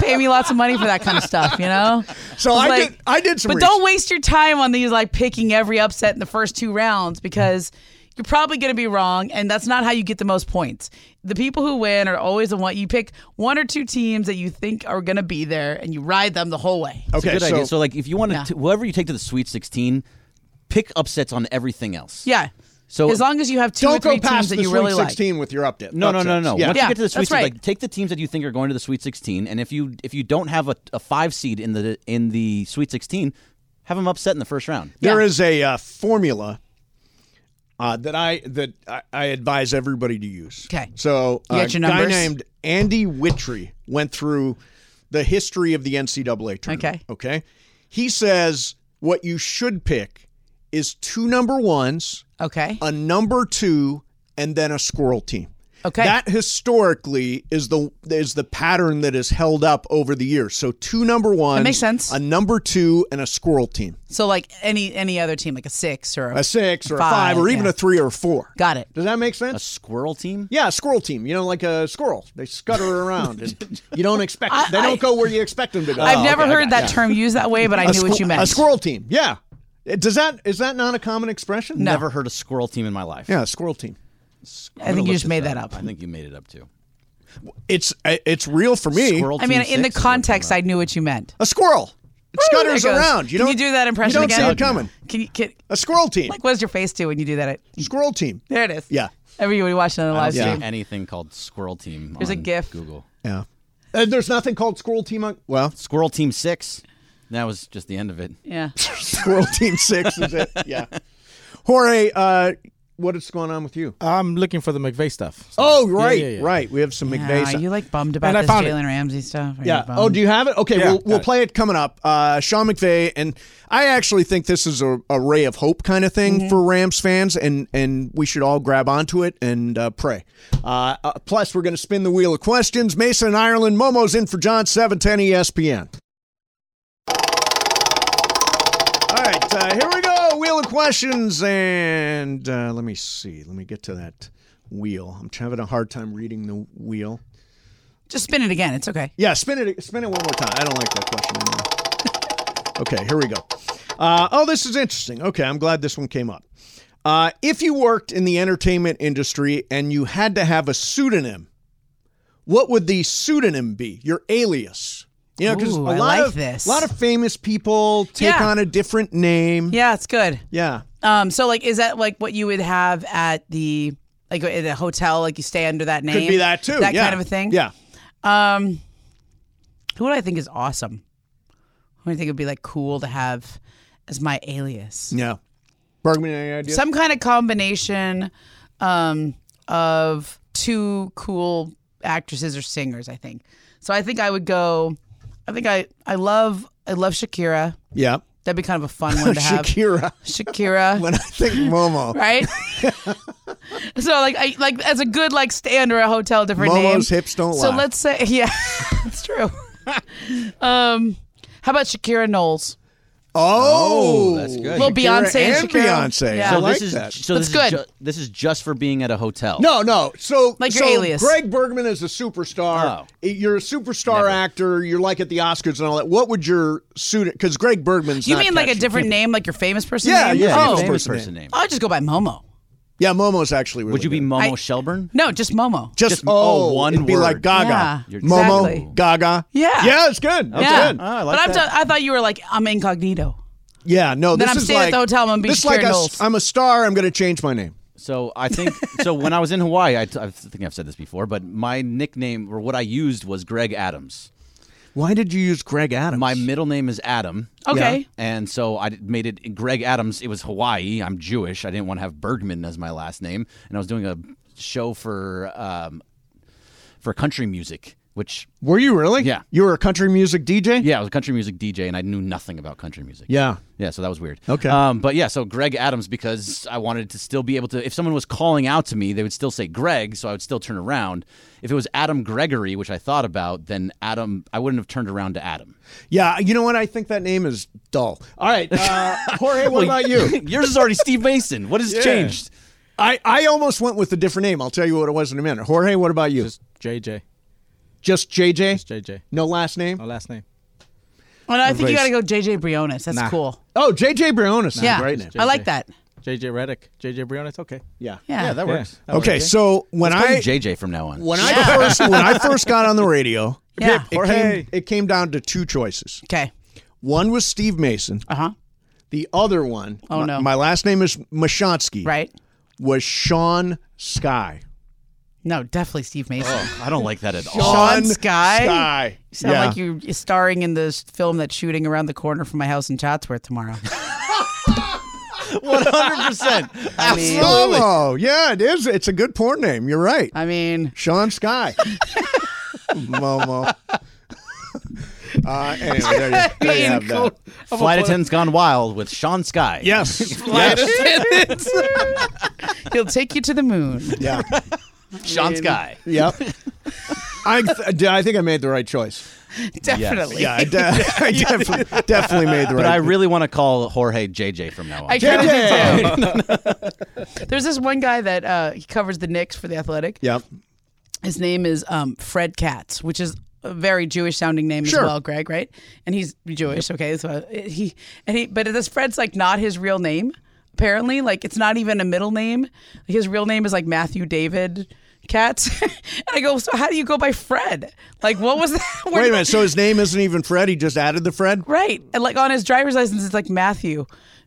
[SPEAKER 4] Pay me lots of money for that kind of stuff, you know.
[SPEAKER 3] So
[SPEAKER 4] It's
[SPEAKER 3] I did- I did some
[SPEAKER 4] But
[SPEAKER 3] research.
[SPEAKER 4] don't waste your time on these like picking every upset in the first two rounds because you're probably going to be wrong, and that's not how you get the most points. The people who win are always the one you pick one or two teams that you think are going to be there, and you ride them the whole way.
[SPEAKER 6] It's a
[SPEAKER 3] okay,
[SPEAKER 6] good
[SPEAKER 3] so
[SPEAKER 6] idea. So like, if you want to, whoever you take to the Sweet Sixteen, pick upsets on everything else.
[SPEAKER 4] Yeah.
[SPEAKER 6] So
[SPEAKER 4] as long as you have 2 or
[SPEAKER 3] Don't
[SPEAKER 4] three
[SPEAKER 3] go past
[SPEAKER 4] teams
[SPEAKER 3] the
[SPEAKER 4] that you
[SPEAKER 3] Sweet
[SPEAKER 4] really like.
[SPEAKER 3] 16 with your update.
[SPEAKER 6] No, no, no, no.
[SPEAKER 3] upsets. Yeah.
[SPEAKER 6] Once
[SPEAKER 4] Yeah,
[SPEAKER 6] you get to the Sweet
[SPEAKER 4] that's
[SPEAKER 6] 16,
[SPEAKER 4] right.
[SPEAKER 6] like take the teams that you think are going to the Sweet 16, and if you if you don't have a, a five seed in the in the Sweet 16, have them upset in the first round.
[SPEAKER 3] There is a uh, formula uh, that I that I, I advise everybody to use.
[SPEAKER 4] 'Kay.
[SPEAKER 3] So
[SPEAKER 4] You
[SPEAKER 3] uh,
[SPEAKER 4] got your
[SPEAKER 3] guy
[SPEAKER 4] numbers?
[SPEAKER 3] named Andy Witry went through the history of the NCAA tournament.
[SPEAKER 4] Okay.
[SPEAKER 3] Okay. He says what you should pick is two number ones,
[SPEAKER 4] Okay.
[SPEAKER 3] a number two, and then a squirrel team.
[SPEAKER 4] Okay.
[SPEAKER 3] That historically is the is the pattern that is held up over the years. So two number ones,
[SPEAKER 4] makes sense.
[SPEAKER 3] A number two and a squirrel team
[SPEAKER 4] so like any any other team, like a six or a,
[SPEAKER 3] a six or a five or even
[SPEAKER 4] yeah.
[SPEAKER 3] a three or a four.
[SPEAKER 4] Got it.
[SPEAKER 3] Does that make
[SPEAKER 6] A
[SPEAKER 3] sense?
[SPEAKER 6] squirrel team?
[SPEAKER 3] yeah, a squirrel team. You know, like a squirrel. They scutter around, and you don't expect. they don't
[SPEAKER 4] I-
[SPEAKER 3] go where you expect them to go.
[SPEAKER 4] I've never heard that term used that way, but I
[SPEAKER 3] A
[SPEAKER 4] knew what
[SPEAKER 3] squ-
[SPEAKER 4] you meant.
[SPEAKER 3] A squirrel team. Yeah. It- Does that is that not a common expression?
[SPEAKER 4] No.
[SPEAKER 6] Never heard a squirrel team in my life.
[SPEAKER 3] Yeah, a squirrel team.
[SPEAKER 4] I think you just made that up.
[SPEAKER 6] I think you made it up too.
[SPEAKER 3] It's uh, it's real for me.
[SPEAKER 6] Squirrel
[SPEAKER 4] I mean,
[SPEAKER 6] team
[SPEAKER 4] in the
[SPEAKER 6] six is what I'm
[SPEAKER 4] context,
[SPEAKER 6] talking
[SPEAKER 4] I knew what you meant.
[SPEAKER 3] A squirrel. It scutters
[SPEAKER 4] There it goes.
[SPEAKER 3] around. You
[SPEAKER 4] can
[SPEAKER 3] don't
[SPEAKER 4] you do that impression
[SPEAKER 3] You don't
[SPEAKER 4] again?
[SPEAKER 3] see it coming.
[SPEAKER 4] Can you? Can,
[SPEAKER 3] A squirrel team.
[SPEAKER 4] like, what does your face do when you do that?
[SPEAKER 3] squirrel team.
[SPEAKER 4] There it is.
[SPEAKER 3] Yeah.
[SPEAKER 4] Everybody watching on the
[SPEAKER 6] about. I
[SPEAKER 4] live
[SPEAKER 6] don't see
[SPEAKER 4] stream.
[SPEAKER 6] anything called squirrel team.
[SPEAKER 4] Here's a
[SPEAKER 6] on
[SPEAKER 4] GIF.
[SPEAKER 6] Google
[SPEAKER 3] Yeah. Uh, there's nothing called squirrel team. On, well,
[SPEAKER 6] squirrel team six. That was just the end of it.
[SPEAKER 4] Yeah.
[SPEAKER 3] Squirrel Team Six is it? Yeah. Jorge, uh, what is going on with you?
[SPEAKER 8] I'm looking for the McVeigh stuff. So-
[SPEAKER 3] Oh,
[SPEAKER 8] Yeah,
[SPEAKER 3] right,
[SPEAKER 8] yeah, yeah.
[SPEAKER 3] right. We have some McVeigh.
[SPEAKER 4] Yeah,
[SPEAKER 3] stuff.
[SPEAKER 4] you like bummed about
[SPEAKER 8] I
[SPEAKER 4] this
[SPEAKER 8] found it.
[SPEAKER 4] Jalen Ramsey stuff? um, Are you
[SPEAKER 3] yeah.
[SPEAKER 4] bummed?
[SPEAKER 3] Oh, do you have it? Okay,
[SPEAKER 8] Yeah,
[SPEAKER 3] we'll we'll
[SPEAKER 8] got it.
[SPEAKER 3] play it coming up. Uh, Sean McVay, and I actually think this is a, a ray of hope kind of thing for Rams fans, and and we should all grab onto it and uh, pray. Uh, uh, plus, we're going to spin the wheel of questions. Mason in Ireland, Momo's in for John seven ten E ESPN. All right, uh, here we go. Wheel of questions, and uh, let me see. Let me get to that wheel. I'm having a hard time reading the wheel.
[SPEAKER 4] Just spin it again. It's okay.
[SPEAKER 3] Yeah, spin it. Spin it one more time. I don't like that question anymore. okay, here we go. Uh, oh, this is interesting. Okay, I'm glad this one came up. Uh, if you worked in the entertainment industry and you had to have a pseudonym, what would the pseudonym be? Your alias. You know, because a
[SPEAKER 4] Ooh,
[SPEAKER 3] lot
[SPEAKER 4] I like
[SPEAKER 3] of
[SPEAKER 4] this.
[SPEAKER 3] a lot of famous people take
[SPEAKER 4] Yeah.
[SPEAKER 3] on a different name.
[SPEAKER 4] Yeah, it's good.
[SPEAKER 3] Yeah.
[SPEAKER 4] Um, so like, is that like what you would have at the like at a hotel? Like you stay under that name?
[SPEAKER 3] Could be that too.
[SPEAKER 4] That
[SPEAKER 3] yeah.
[SPEAKER 4] kind of a thing.
[SPEAKER 3] Yeah.
[SPEAKER 4] Um, who would I think is awesome? Who do I think would be like cool to have as my alias?
[SPEAKER 3] Yeah. Bergman, any idea?
[SPEAKER 4] Some kind of combination um, of two cool actresses or singers. I think. So I think I would go. I think I I love I love Shakira.
[SPEAKER 3] yeah.
[SPEAKER 4] That'd be kind of a fun one to have.
[SPEAKER 3] Shakira.
[SPEAKER 4] Shakira.
[SPEAKER 3] When I think Momo,
[SPEAKER 4] right? so like I like as a good like stay under a hotel different
[SPEAKER 3] Momo's
[SPEAKER 4] name.
[SPEAKER 3] hips don't
[SPEAKER 4] so
[SPEAKER 3] lie.
[SPEAKER 4] let's say yeah, that's true. um, how about Shakira Knowles?
[SPEAKER 3] Oh,
[SPEAKER 6] that's good.
[SPEAKER 4] Well, Beyonce and
[SPEAKER 3] and
[SPEAKER 4] Shakira.
[SPEAKER 3] Beyonce.
[SPEAKER 4] Yeah.
[SPEAKER 3] I
[SPEAKER 6] So
[SPEAKER 3] like
[SPEAKER 6] this is
[SPEAKER 3] that.
[SPEAKER 6] so
[SPEAKER 4] That's
[SPEAKER 6] this
[SPEAKER 4] good.
[SPEAKER 6] is ju- this is just for being at a hotel.
[SPEAKER 3] no, no. So,
[SPEAKER 4] Like your
[SPEAKER 3] so
[SPEAKER 4] alias.
[SPEAKER 3] Greg Bergman is a superstar.
[SPEAKER 6] Oh.
[SPEAKER 3] You're a superstar actor. You're like at the Oscars and all that. What would your suit? Because Greg Bergman's.
[SPEAKER 4] You
[SPEAKER 3] not
[SPEAKER 4] mean like a
[SPEAKER 3] catchy.
[SPEAKER 4] different name, like your famous person?
[SPEAKER 3] Yeah,
[SPEAKER 4] name?
[SPEAKER 3] your
[SPEAKER 6] yeah,
[SPEAKER 4] oh,
[SPEAKER 6] famous
[SPEAKER 3] famous
[SPEAKER 6] person
[SPEAKER 3] name.
[SPEAKER 6] name.
[SPEAKER 4] I'll just go by Momo.
[SPEAKER 3] Yeah, Momo's actually. Really
[SPEAKER 6] Would you be
[SPEAKER 3] good.
[SPEAKER 6] Momo
[SPEAKER 4] I-
[SPEAKER 6] Shelburne?
[SPEAKER 4] No, just Momo.
[SPEAKER 3] just,
[SPEAKER 6] just-
[SPEAKER 3] oh,
[SPEAKER 6] oh, one
[SPEAKER 3] it'd be
[SPEAKER 6] word.
[SPEAKER 3] like Gaga,
[SPEAKER 4] Yeah,
[SPEAKER 3] Momo,
[SPEAKER 4] exactly.
[SPEAKER 3] Gaga.
[SPEAKER 4] Yeah.
[SPEAKER 3] yeah, it's good. That's
[SPEAKER 4] yeah,
[SPEAKER 3] good.
[SPEAKER 6] I like
[SPEAKER 4] but I'm t-
[SPEAKER 6] that.
[SPEAKER 4] I thought you were like I'm incognito.
[SPEAKER 3] Yeah, no.
[SPEAKER 4] Then
[SPEAKER 3] this
[SPEAKER 4] I'm
[SPEAKER 3] is
[SPEAKER 4] staying at
[SPEAKER 3] like
[SPEAKER 4] the hotel, I'm gonna be
[SPEAKER 3] this is like
[SPEAKER 4] Shakira
[SPEAKER 3] a,
[SPEAKER 4] Knowles.
[SPEAKER 3] I'm a star. I'm going to change my name.
[SPEAKER 6] So I think so. When I was in Hawaii, I, t- I think I've said this before, but my nickname or what I used was Greg Adams.
[SPEAKER 3] Why did you use Greg Adams?
[SPEAKER 6] My middle name is Adam.
[SPEAKER 4] Okay. Yeah.
[SPEAKER 6] And so I d- made it Greg Adams. It was Hawaii. I'm Jewish. I didn't want to have Bergman as my last name, and I was doing a show for um, for country music, which
[SPEAKER 3] were you really?
[SPEAKER 6] Yeah.
[SPEAKER 3] you were a country music DJ.
[SPEAKER 6] yeah, I was a country music DJ, and I knew nothing about country music.
[SPEAKER 3] yeah.
[SPEAKER 6] Yeah, so that was weird.
[SPEAKER 3] Okay.
[SPEAKER 6] Um, but yeah, so Greg Adams because I wanted to still be able to. If someone was calling out to me, they would still say Greg, so I would still turn around. If it was Adam Gregory, which I thought about, then Adam, I wouldn't have turned around to Adam.
[SPEAKER 3] Yeah, you know what? I think that name is dull. All right, uh, Jorge, what about you?
[SPEAKER 6] Yours is already Steve Mason. What has changed?
[SPEAKER 3] I, I almost went with a different name. I'll tell you what it was in a minute. Jorge, what about you? Just,
[SPEAKER 8] Just JJ.
[SPEAKER 3] JJ?
[SPEAKER 8] Just JJ.
[SPEAKER 3] No last name?
[SPEAKER 8] My last name.
[SPEAKER 4] Well, I think you gotta go JJ Briones. That's cool.
[SPEAKER 3] Oh, JJ Briones.
[SPEAKER 4] yeah,
[SPEAKER 3] Great name.
[SPEAKER 4] I like that.
[SPEAKER 8] JJ Reddick. JJ Briones. Okay.
[SPEAKER 3] Yeah.
[SPEAKER 4] Yeah,
[SPEAKER 6] that works.
[SPEAKER 8] Yeah, that
[SPEAKER 3] Okay,
[SPEAKER 8] works.
[SPEAKER 3] so when
[SPEAKER 6] Call you
[SPEAKER 3] I
[SPEAKER 6] JJ from now on.
[SPEAKER 3] when I first when I first got on the radio,
[SPEAKER 4] Yeah.
[SPEAKER 3] it, it came, it came down to two choices.
[SPEAKER 4] Okay.
[SPEAKER 3] One was Steve Mason.
[SPEAKER 4] Uh huh.
[SPEAKER 3] The other one,
[SPEAKER 4] Oh,
[SPEAKER 3] my,
[SPEAKER 4] no.
[SPEAKER 3] my last name is Mashansky.
[SPEAKER 4] Right.
[SPEAKER 3] was Sean Sky.
[SPEAKER 4] No, definitely Steve Mason.
[SPEAKER 3] Oh.
[SPEAKER 6] I don't like that at all.
[SPEAKER 4] Sean Sky?
[SPEAKER 3] Sky.
[SPEAKER 4] You sound
[SPEAKER 3] Yeah.
[SPEAKER 4] like you're starring in this film that's shooting around the corner from my house in Chatsworth tomorrow.
[SPEAKER 6] One hundred percent. Absolutely.
[SPEAKER 3] Oh, yeah, it is. It's a good porn name. You're right.
[SPEAKER 4] I mean,
[SPEAKER 3] Sean Sky. Momo. Uh, anyway, there you, there you have that.
[SPEAKER 6] Flight attendant's gone wild with Sean Sky.
[SPEAKER 3] Yes.
[SPEAKER 4] he'll take you to the moon.
[SPEAKER 3] yeah.
[SPEAKER 6] Sean Sky.
[SPEAKER 3] Yep. I, th- I think I made the right choice.
[SPEAKER 4] Definitely.
[SPEAKER 3] Yeah, I, de- I definitely, definitely made the right.
[SPEAKER 6] Uh, But I really want to call Jorge JJ from now on.
[SPEAKER 4] I kind of do too. There's this one guy that uh, he covers the Knicks for the Athletic.
[SPEAKER 3] Yep.
[SPEAKER 4] His name is um, Fred Katz, which is a very Jewish sounding name
[SPEAKER 3] Sure.
[SPEAKER 4] as well, Greg, right? And he's Jewish, okay? So uh, he and he but this Fred's like not his real name apparently, like it's not even a middle name. His real name is like Matthew David Katz. and I go, "So how do you go by Fred? Like what was that? Where
[SPEAKER 3] Wait a
[SPEAKER 4] did-
[SPEAKER 3] minute. So his name isn't even Fred. He just added the Fred.
[SPEAKER 4] Right. And like on his driver's license it's like Matthew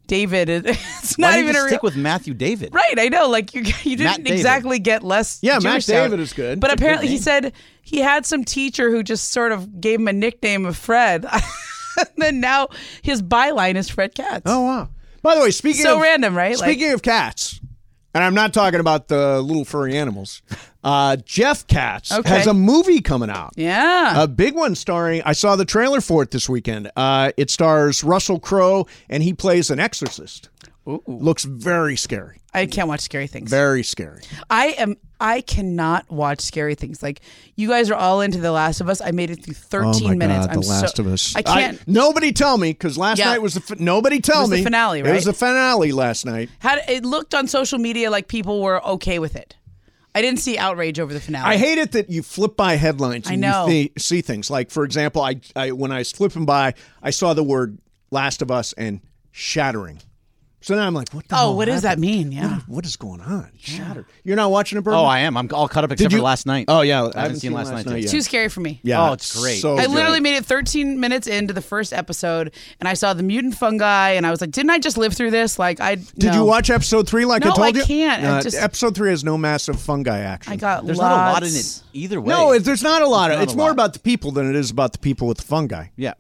[SPEAKER 4] David. It- It's not
[SPEAKER 6] Why didn't
[SPEAKER 4] even
[SPEAKER 6] you
[SPEAKER 4] a real
[SPEAKER 6] stick with Matthew David.
[SPEAKER 4] Right, I know. Like you, you
[SPEAKER 6] Matt
[SPEAKER 4] didn't
[SPEAKER 6] David.
[SPEAKER 4] exactly get less.
[SPEAKER 3] Yeah, Matt
[SPEAKER 4] Jewish sound.
[SPEAKER 3] David is good.
[SPEAKER 4] But
[SPEAKER 3] It's a good
[SPEAKER 4] apparently, he
[SPEAKER 3] name.
[SPEAKER 4] said he had some teacher who just sort of gave him a nickname of Fred. and then now his byline is Fred Katz.
[SPEAKER 3] Oh wow! By the way, speaking
[SPEAKER 4] So
[SPEAKER 3] of,
[SPEAKER 4] random, right? Like-
[SPEAKER 3] Speaking of cats, and I'm not talking about the little furry animals. Uh, Jeff Katz
[SPEAKER 4] Okay.
[SPEAKER 3] has a movie coming out.
[SPEAKER 4] yeah.
[SPEAKER 3] A big one starring. I saw the trailer for it this weekend. Uh, it stars Russell Crowe, and he plays an exorcist. Looks very scary.
[SPEAKER 4] I can't watch scary things.
[SPEAKER 3] Very scary.
[SPEAKER 4] I am. I cannot watch scary things. Like you guys are all into The Last of Us. I made it through 13 minutes. I'm
[SPEAKER 3] Oh The Last
[SPEAKER 4] so,
[SPEAKER 3] of Us.
[SPEAKER 4] I can't.
[SPEAKER 3] nobody tell me because last
[SPEAKER 4] Yeah.
[SPEAKER 3] night was the fi- nobody tell
[SPEAKER 4] It was the
[SPEAKER 3] me
[SPEAKER 4] finale,
[SPEAKER 3] It was
[SPEAKER 4] right?
[SPEAKER 3] the finale last night.
[SPEAKER 4] had it looked on social media like people were okay with it. I didn't see outrage over the finale.
[SPEAKER 3] I hate it that you flip by headlines and
[SPEAKER 4] I know.
[SPEAKER 3] you thi- see things. Like, for example, I, I when I was flipping by, I saw the word Last of Us and shattering. So now I'm like, what the
[SPEAKER 4] Oh,
[SPEAKER 3] hell
[SPEAKER 4] what does that
[SPEAKER 3] happened?
[SPEAKER 4] mean? Yeah.
[SPEAKER 3] What- what is going on? Shattered. You're not watching a bird?
[SPEAKER 6] Oh, I am. I'm all caught up except for last night.
[SPEAKER 3] Oh, yeah. I
[SPEAKER 6] I haven't seen last night. yet.
[SPEAKER 4] Too scary for me.
[SPEAKER 3] Yeah.
[SPEAKER 6] Oh, it's great.
[SPEAKER 3] so
[SPEAKER 4] I
[SPEAKER 3] good.
[SPEAKER 4] literally made it 13 minutes into the first episode, and I saw the mutant fungi, and I was like, "Didn't I just live through this?" Like, I
[SPEAKER 3] Did
[SPEAKER 4] no.
[SPEAKER 3] you watch episode three like I
[SPEAKER 4] No,
[SPEAKER 3] told
[SPEAKER 4] I
[SPEAKER 3] you?
[SPEAKER 4] can't. I
[SPEAKER 3] Uh,
[SPEAKER 4] just-
[SPEAKER 3] episode three has no massive fungi action.
[SPEAKER 4] I got
[SPEAKER 6] There's
[SPEAKER 4] lots.
[SPEAKER 6] not a lot in it either way.
[SPEAKER 3] No, it- there's not a lot.
[SPEAKER 6] There's
[SPEAKER 3] of.
[SPEAKER 6] not
[SPEAKER 3] It's
[SPEAKER 6] a
[SPEAKER 3] more
[SPEAKER 6] lot.
[SPEAKER 3] about the people than it is about the people with the fungi.
[SPEAKER 6] Yeah.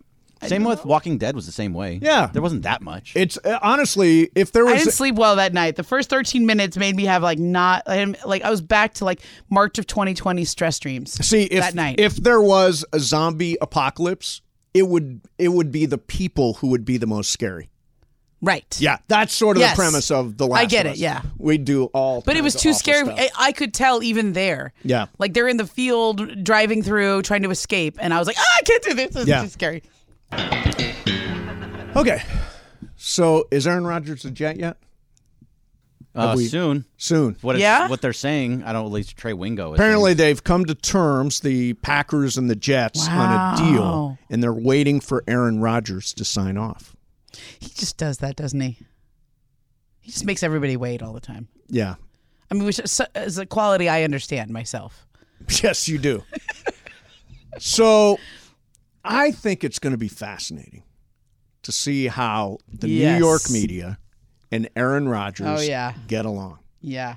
[SPEAKER 6] Same with Walking Dead was the same way.
[SPEAKER 3] Yeah.
[SPEAKER 6] There wasn't that much.
[SPEAKER 3] It's uh, honestly, if there was.
[SPEAKER 4] I didn't sleep well that night. The first 13 minutes made me have like not I didn't- like I was back to like March of 2020 stress dreams.
[SPEAKER 3] See if
[SPEAKER 4] that night.
[SPEAKER 3] if there was a zombie apocalypse, it would it would be the people who would be the most scary.
[SPEAKER 4] right.
[SPEAKER 3] Yeah, that's sort of
[SPEAKER 4] Yes.
[SPEAKER 3] the premise of the last.
[SPEAKER 4] I get
[SPEAKER 3] of
[SPEAKER 4] it,
[SPEAKER 3] Us.
[SPEAKER 4] yeah.
[SPEAKER 3] we do all.
[SPEAKER 4] But it
[SPEAKER 3] kinds
[SPEAKER 4] was
[SPEAKER 3] of
[SPEAKER 4] too
[SPEAKER 3] awful
[SPEAKER 4] scary.
[SPEAKER 3] stuff.
[SPEAKER 4] I, I could tell even there.
[SPEAKER 3] Yeah.
[SPEAKER 4] Like they're in the field driving through trying to escape, and I was like, ah, I can't do this. This
[SPEAKER 3] Yeah.
[SPEAKER 4] is too scary.
[SPEAKER 3] okay, so is Aaron Rodgers a Jet yet?
[SPEAKER 6] uh,
[SPEAKER 3] we-
[SPEAKER 6] soon.
[SPEAKER 3] Soon.
[SPEAKER 6] What it's,
[SPEAKER 4] Yeah?
[SPEAKER 6] what they're saying, I don't at least Trey Wingo. Is
[SPEAKER 3] Apparently,
[SPEAKER 6] saying.
[SPEAKER 3] they've come to terms, the Packers and the Jets, on a deal,
[SPEAKER 4] Wow.
[SPEAKER 3] and they're waiting for Aaron Rodgers to sign off.
[SPEAKER 4] He just does that, doesn't he? He just makes everybody wait all the time.
[SPEAKER 3] Yeah.
[SPEAKER 4] I mean, which is is a quality I understand myself.
[SPEAKER 3] Yes, you do. so I think it's going to be fascinating to see how the
[SPEAKER 4] Yes.
[SPEAKER 3] New York media and Aaron Rodgers
[SPEAKER 4] Oh, yeah.
[SPEAKER 3] get along.
[SPEAKER 4] Yeah.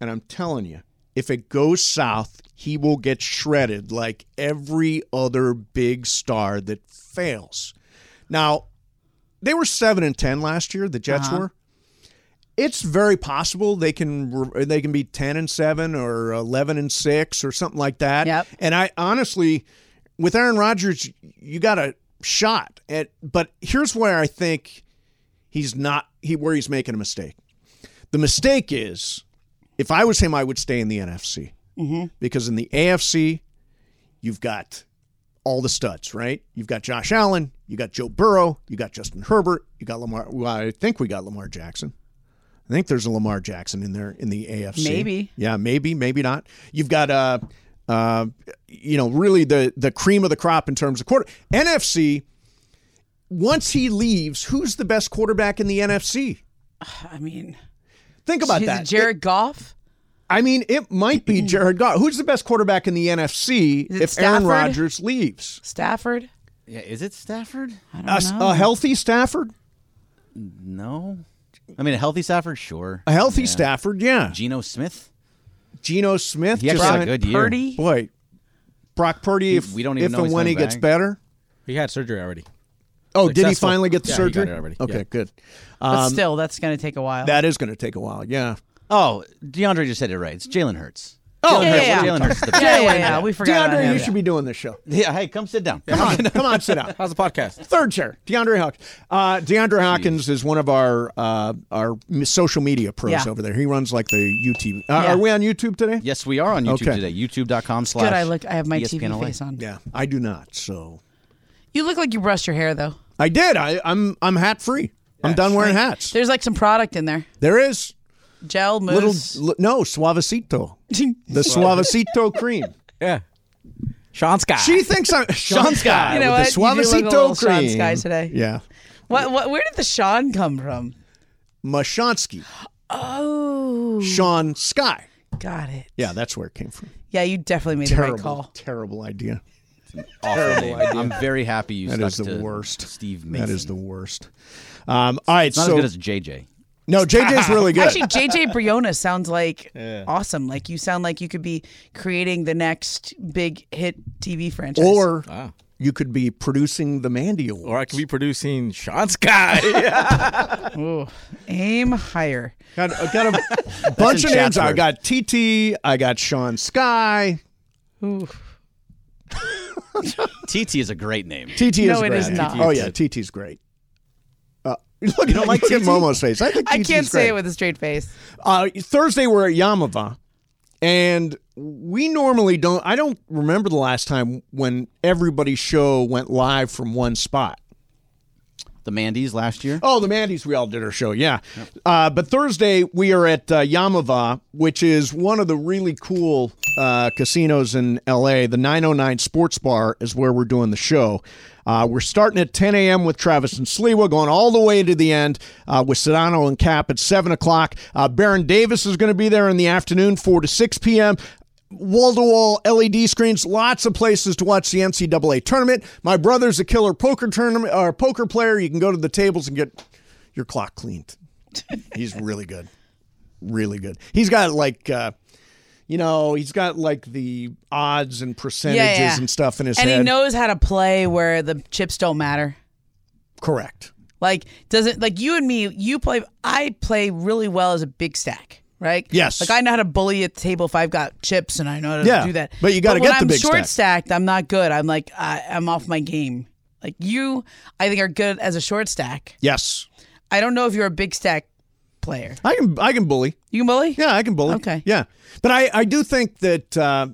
[SPEAKER 3] And I'm telling you, if it goes south, he will get shredded like every other big star that fails. Now, they were 7 and 10 last year, the Jets were. It's very possible they can re- they can be 10 and 7 or 11 and 6 or something like that.
[SPEAKER 4] Yep.
[SPEAKER 3] And I honestly with Aaron Rodgers, you got a shot at but here's where I think he's not he where he's making a mistake. The mistake is if I was him, I would stay in the NFC because in the AFC, you've got all the studs, right? You've got Josh Allen, you got Joe Burrow, you got Justin Herbert, you got Lamar. Well, I think we got Lamar Jackson. I think there's a Lamar Jackson in there in the AFC.
[SPEAKER 4] Maybe.
[SPEAKER 3] Yeah, maybe, maybe not. You've got uh, uh, you know, really the the cream of the crop in terms of quarter NFC. Once he leaves, who's the best quarterback in the NFC?
[SPEAKER 4] I mean,
[SPEAKER 3] Think about
[SPEAKER 4] is
[SPEAKER 3] that.
[SPEAKER 4] it Jared Goff?
[SPEAKER 3] I mean, it might be Jared Goff. Who's the best quarterback in the NFC
[SPEAKER 4] Is it
[SPEAKER 3] if Aaron
[SPEAKER 4] Stafford?
[SPEAKER 3] Rodgers leaves?
[SPEAKER 4] Stafford?
[SPEAKER 3] uh,
[SPEAKER 6] Yeah, is it Stafford?
[SPEAKER 3] A, a healthy Stafford?
[SPEAKER 6] No. I mean, a healthy Stafford, sure.
[SPEAKER 3] A healthy Stafford, yeah.
[SPEAKER 6] Geno Smith,
[SPEAKER 3] Geno Smith,
[SPEAKER 6] he actually
[SPEAKER 3] just
[SPEAKER 6] had a
[SPEAKER 3] went-
[SPEAKER 6] good year.
[SPEAKER 4] Purdy.
[SPEAKER 3] boy. Brock Purdy, if
[SPEAKER 6] we don't even
[SPEAKER 3] if
[SPEAKER 6] know
[SPEAKER 3] and
[SPEAKER 6] he's
[SPEAKER 3] when he
[SPEAKER 6] coming
[SPEAKER 3] gets
[SPEAKER 6] back.
[SPEAKER 3] better.
[SPEAKER 8] He had surgery already.
[SPEAKER 3] Oh, did he
[SPEAKER 8] Successful.
[SPEAKER 3] finally get the
[SPEAKER 8] Yeah, he got
[SPEAKER 3] surgery?
[SPEAKER 8] it already,
[SPEAKER 3] Okay,
[SPEAKER 8] yeah.
[SPEAKER 3] good.
[SPEAKER 4] But still, that's going to take a while.
[SPEAKER 3] Um, That is going to take a while. Yeah.
[SPEAKER 6] Oh, DeAndre just said it right. It's Jalen Hurts.
[SPEAKER 3] Oh,
[SPEAKER 6] Jalen
[SPEAKER 4] yeah,
[SPEAKER 6] Hurts.
[SPEAKER 4] yeah, yeah.
[SPEAKER 6] Jalen Hurts is the
[SPEAKER 4] yeah,
[SPEAKER 6] best.
[SPEAKER 4] yeah, yeah, yeah, We forgot.
[SPEAKER 3] DeAndre,
[SPEAKER 4] about
[SPEAKER 3] you
[SPEAKER 4] him.
[SPEAKER 3] should be doing this show.
[SPEAKER 6] Yeah, hey, come sit down.
[SPEAKER 3] Come on, come on, sit down.
[SPEAKER 8] How's the podcast?
[SPEAKER 3] Third chair, DeAndre Hawkins. Uh, DeAndre Hawkins is one of our uh, our m- social media pros
[SPEAKER 4] Yeah.
[SPEAKER 3] over there. He runs like the YouTube. Uh,
[SPEAKER 4] Yeah.
[SPEAKER 3] Are we on YouTube today?
[SPEAKER 6] Yes, we are on YouTube
[SPEAKER 3] Okay.
[SPEAKER 6] today. YouTube.com slash. E
[SPEAKER 4] Good. I look. I have my TV
[SPEAKER 6] ESPNLA.
[SPEAKER 4] face on.
[SPEAKER 3] Yeah, I do not. So
[SPEAKER 4] You look like you brushed your hair though.
[SPEAKER 3] I did. I, I'm I'm hat free. I'm done wearing hats.
[SPEAKER 4] There's like some product in there.
[SPEAKER 3] There is
[SPEAKER 4] Gel,
[SPEAKER 3] little
[SPEAKER 4] mousse.
[SPEAKER 3] li- no suavecito. The suavecito cream.
[SPEAKER 8] Yeah. Sean Scott.
[SPEAKER 3] She thinks I'm Sean Sky
[SPEAKER 4] You know
[SPEAKER 3] with the
[SPEAKER 4] what? You do look a little
[SPEAKER 3] suavecito
[SPEAKER 4] Sean
[SPEAKER 3] cream.
[SPEAKER 4] Sky today.
[SPEAKER 3] Yeah,
[SPEAKER 4] What, what? Where did the Sean come from?
[SPEAKER 3] Mashansky,
[SPEAKER 4] Oh,
[SPEAKER 3] Sean Sky.
[SPEAKER 4] got it.
[SPEAKER 3] Yeah, that's where it came from.
[SPEAKER 4] Yeah, you definitely made
[SPEAKER 3] Terrible,
[SPEAKER 4] the right call.
[SPEAKER 3] terrible idea.
[SPEAKER 6] Awful name. I'm very happy you
[SPEAKER 3] That
[SPEAKER 6] stuck
[SPEAKER 3] is the
[SPEAKER 6] to
[SPEAKER 3] worst.
[SPEAKER 6] Steve Mason.
[SPEAKER 3] That is the worst. Um, all right,
[SPEAKER 6] It's not
[SPEAKER 3] so
[SPEAKER 6] as good as JJ.
[SPEAKER 3] no, JJ's really good.
[SPEAKER 4] Actually, JJ Briona sounds like awesome. Like you sound like you could be creating the next big hit TV franchise.
[SPEAKER 3] or you could be producing the Mandy Award.
[SPEAKER 8] Or I could be producing Sean Sky. Yeah.
[SPEAKER 4] Ooh, aim higher.
[SPEAKER 3] Got, I got a bunch of names. I got TT. I got Sean Sky.
[SPEAKER 6] TT is a great name.
[SPEAKER 3] TT is
[SPEAKER 4] No, it
[SPEAKER 3] great.
[SPEAKER 4] is not.
[SPEAKER 3] Oh yeah, TT's great. Uh, look, you don't like at Momo's face. I think
[SPEAKER 4] I
[SPEAKER 3] TT's
[SPEAKER 4] can't say
[SPEAKER 3] great.
[SPEAKER 4] it with a straight face.
[SPEAKER 3] uh, Thursday we're at Yamava, and we normally don't. I don't remember the last time when everybody's show went live from one spot.
[SPEAKER 6] The Mandy's last year.
[SPEAKER 3] Oh, the Mandy's we all did our show, yeah. Uh, but Thursday we are at uh, Yamava, which is one of the really cool uh, casinos in LA. The 909 Sports Bar is where we're doing the show. Uh, we're starting at 10 a.m. with Travis and Sliwa, going all the way to the end uh, with Sedano and Cap at 7 o'clock. Uh, Baron Davis is going to be there in the afternoon, 4 to 6 p.m wall to wall LED screens, lots of places to watch the NCAA tournament. My brother's a killer poker tournament or poker player. You can go to the tables and get your clock cleaned. He's really good, really good. He's got like, uh, you know, he's got like the odds and percentages
[SPEAKER 4] Yeah, yeah.
[SPEAKER 3] and stuff in his
[SPEAKER 4] and
[SPEAKER 3] head.
[SPEAKER 4] he knows how to play where the chips don't matter.
[SPEAKER 3] Correct.
[SPEAKER 4] Like doesn't like you and me. You play. I play really well as a big stack, right?
[SPEAKER 3] Yes.
[SPEAKER 4] Like I know how to bully at the table if I've got chips, and I know how to
[SPEAKER 3] Yeah,
[SPEAKER 4] do that.
[SPEAKER 3] but you gotta
[SPEAKER 4] when
[SPEAKER 3] get the
[SPEAKER 4] I'm
[SPEAKER 3] big
[SPEAKER 4] short
[SPEAKER 3] stack.
[SPEAKER 4] stacked. I'm not good. I'm like I, I'm off my game. Like you, I think are good as a short stack.
[SPEAKER 3] Yes,
[SPEAKER 4] I don't know if you're a big stack player.
[SPEAKER 3] I can. I can bully.
[SPEAKER 4] You can bully.
[SPEAKER 3] Yeah, I can bully.
[SPEAKER 4] Okay.
[SPEAKER 3] Yeah, but I I do think that uh,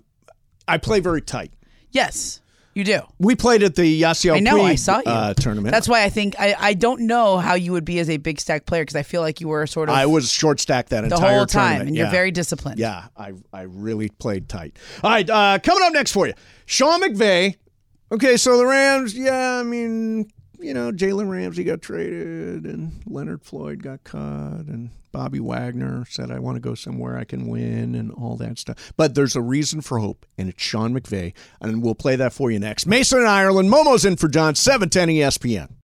[SPEAKER 3] I play very tight.
[SPEAKER 4] Yes, you do.
[SPEAKER 3] We played at the Yasiel
[SPEAKER 4] I know. I
[SPEAKER 3] Puig,
[SPEAKER 4] saw you
[SPEAKER 3] Uh, tournament.
[SPEAKER 4] That's why I think I, I don't know how you would be as a big stack player because I feel like you were sort of
[SPEAKER 3] I was short stacked that
[SPEAKER 4] the
[SPEAKER 3] entire
[SPEAKER 4] whole time,
[SPEAKER 3] tournament.
[SPEAKER 4] and you're
[SPEAKER 3] yeah.
[SPEAKER 4] very disciplined.
[SPEAKER 3] Yeah, I I really played tight. All right, uh, coming up next for you, Sean McVay. Okay, so the Rams. Yeah, I mean, you know, Jalen Ramsey got traded, and Leonard Floyd got cut, and Bobby Wagner said, "I want to go somewhere I can win," and all that stuff. But there's a reason for hope, and it's Sean McVay, and we'll play that for you next. Mason in Ireland, Momo's in for John, seven ten E ESPN.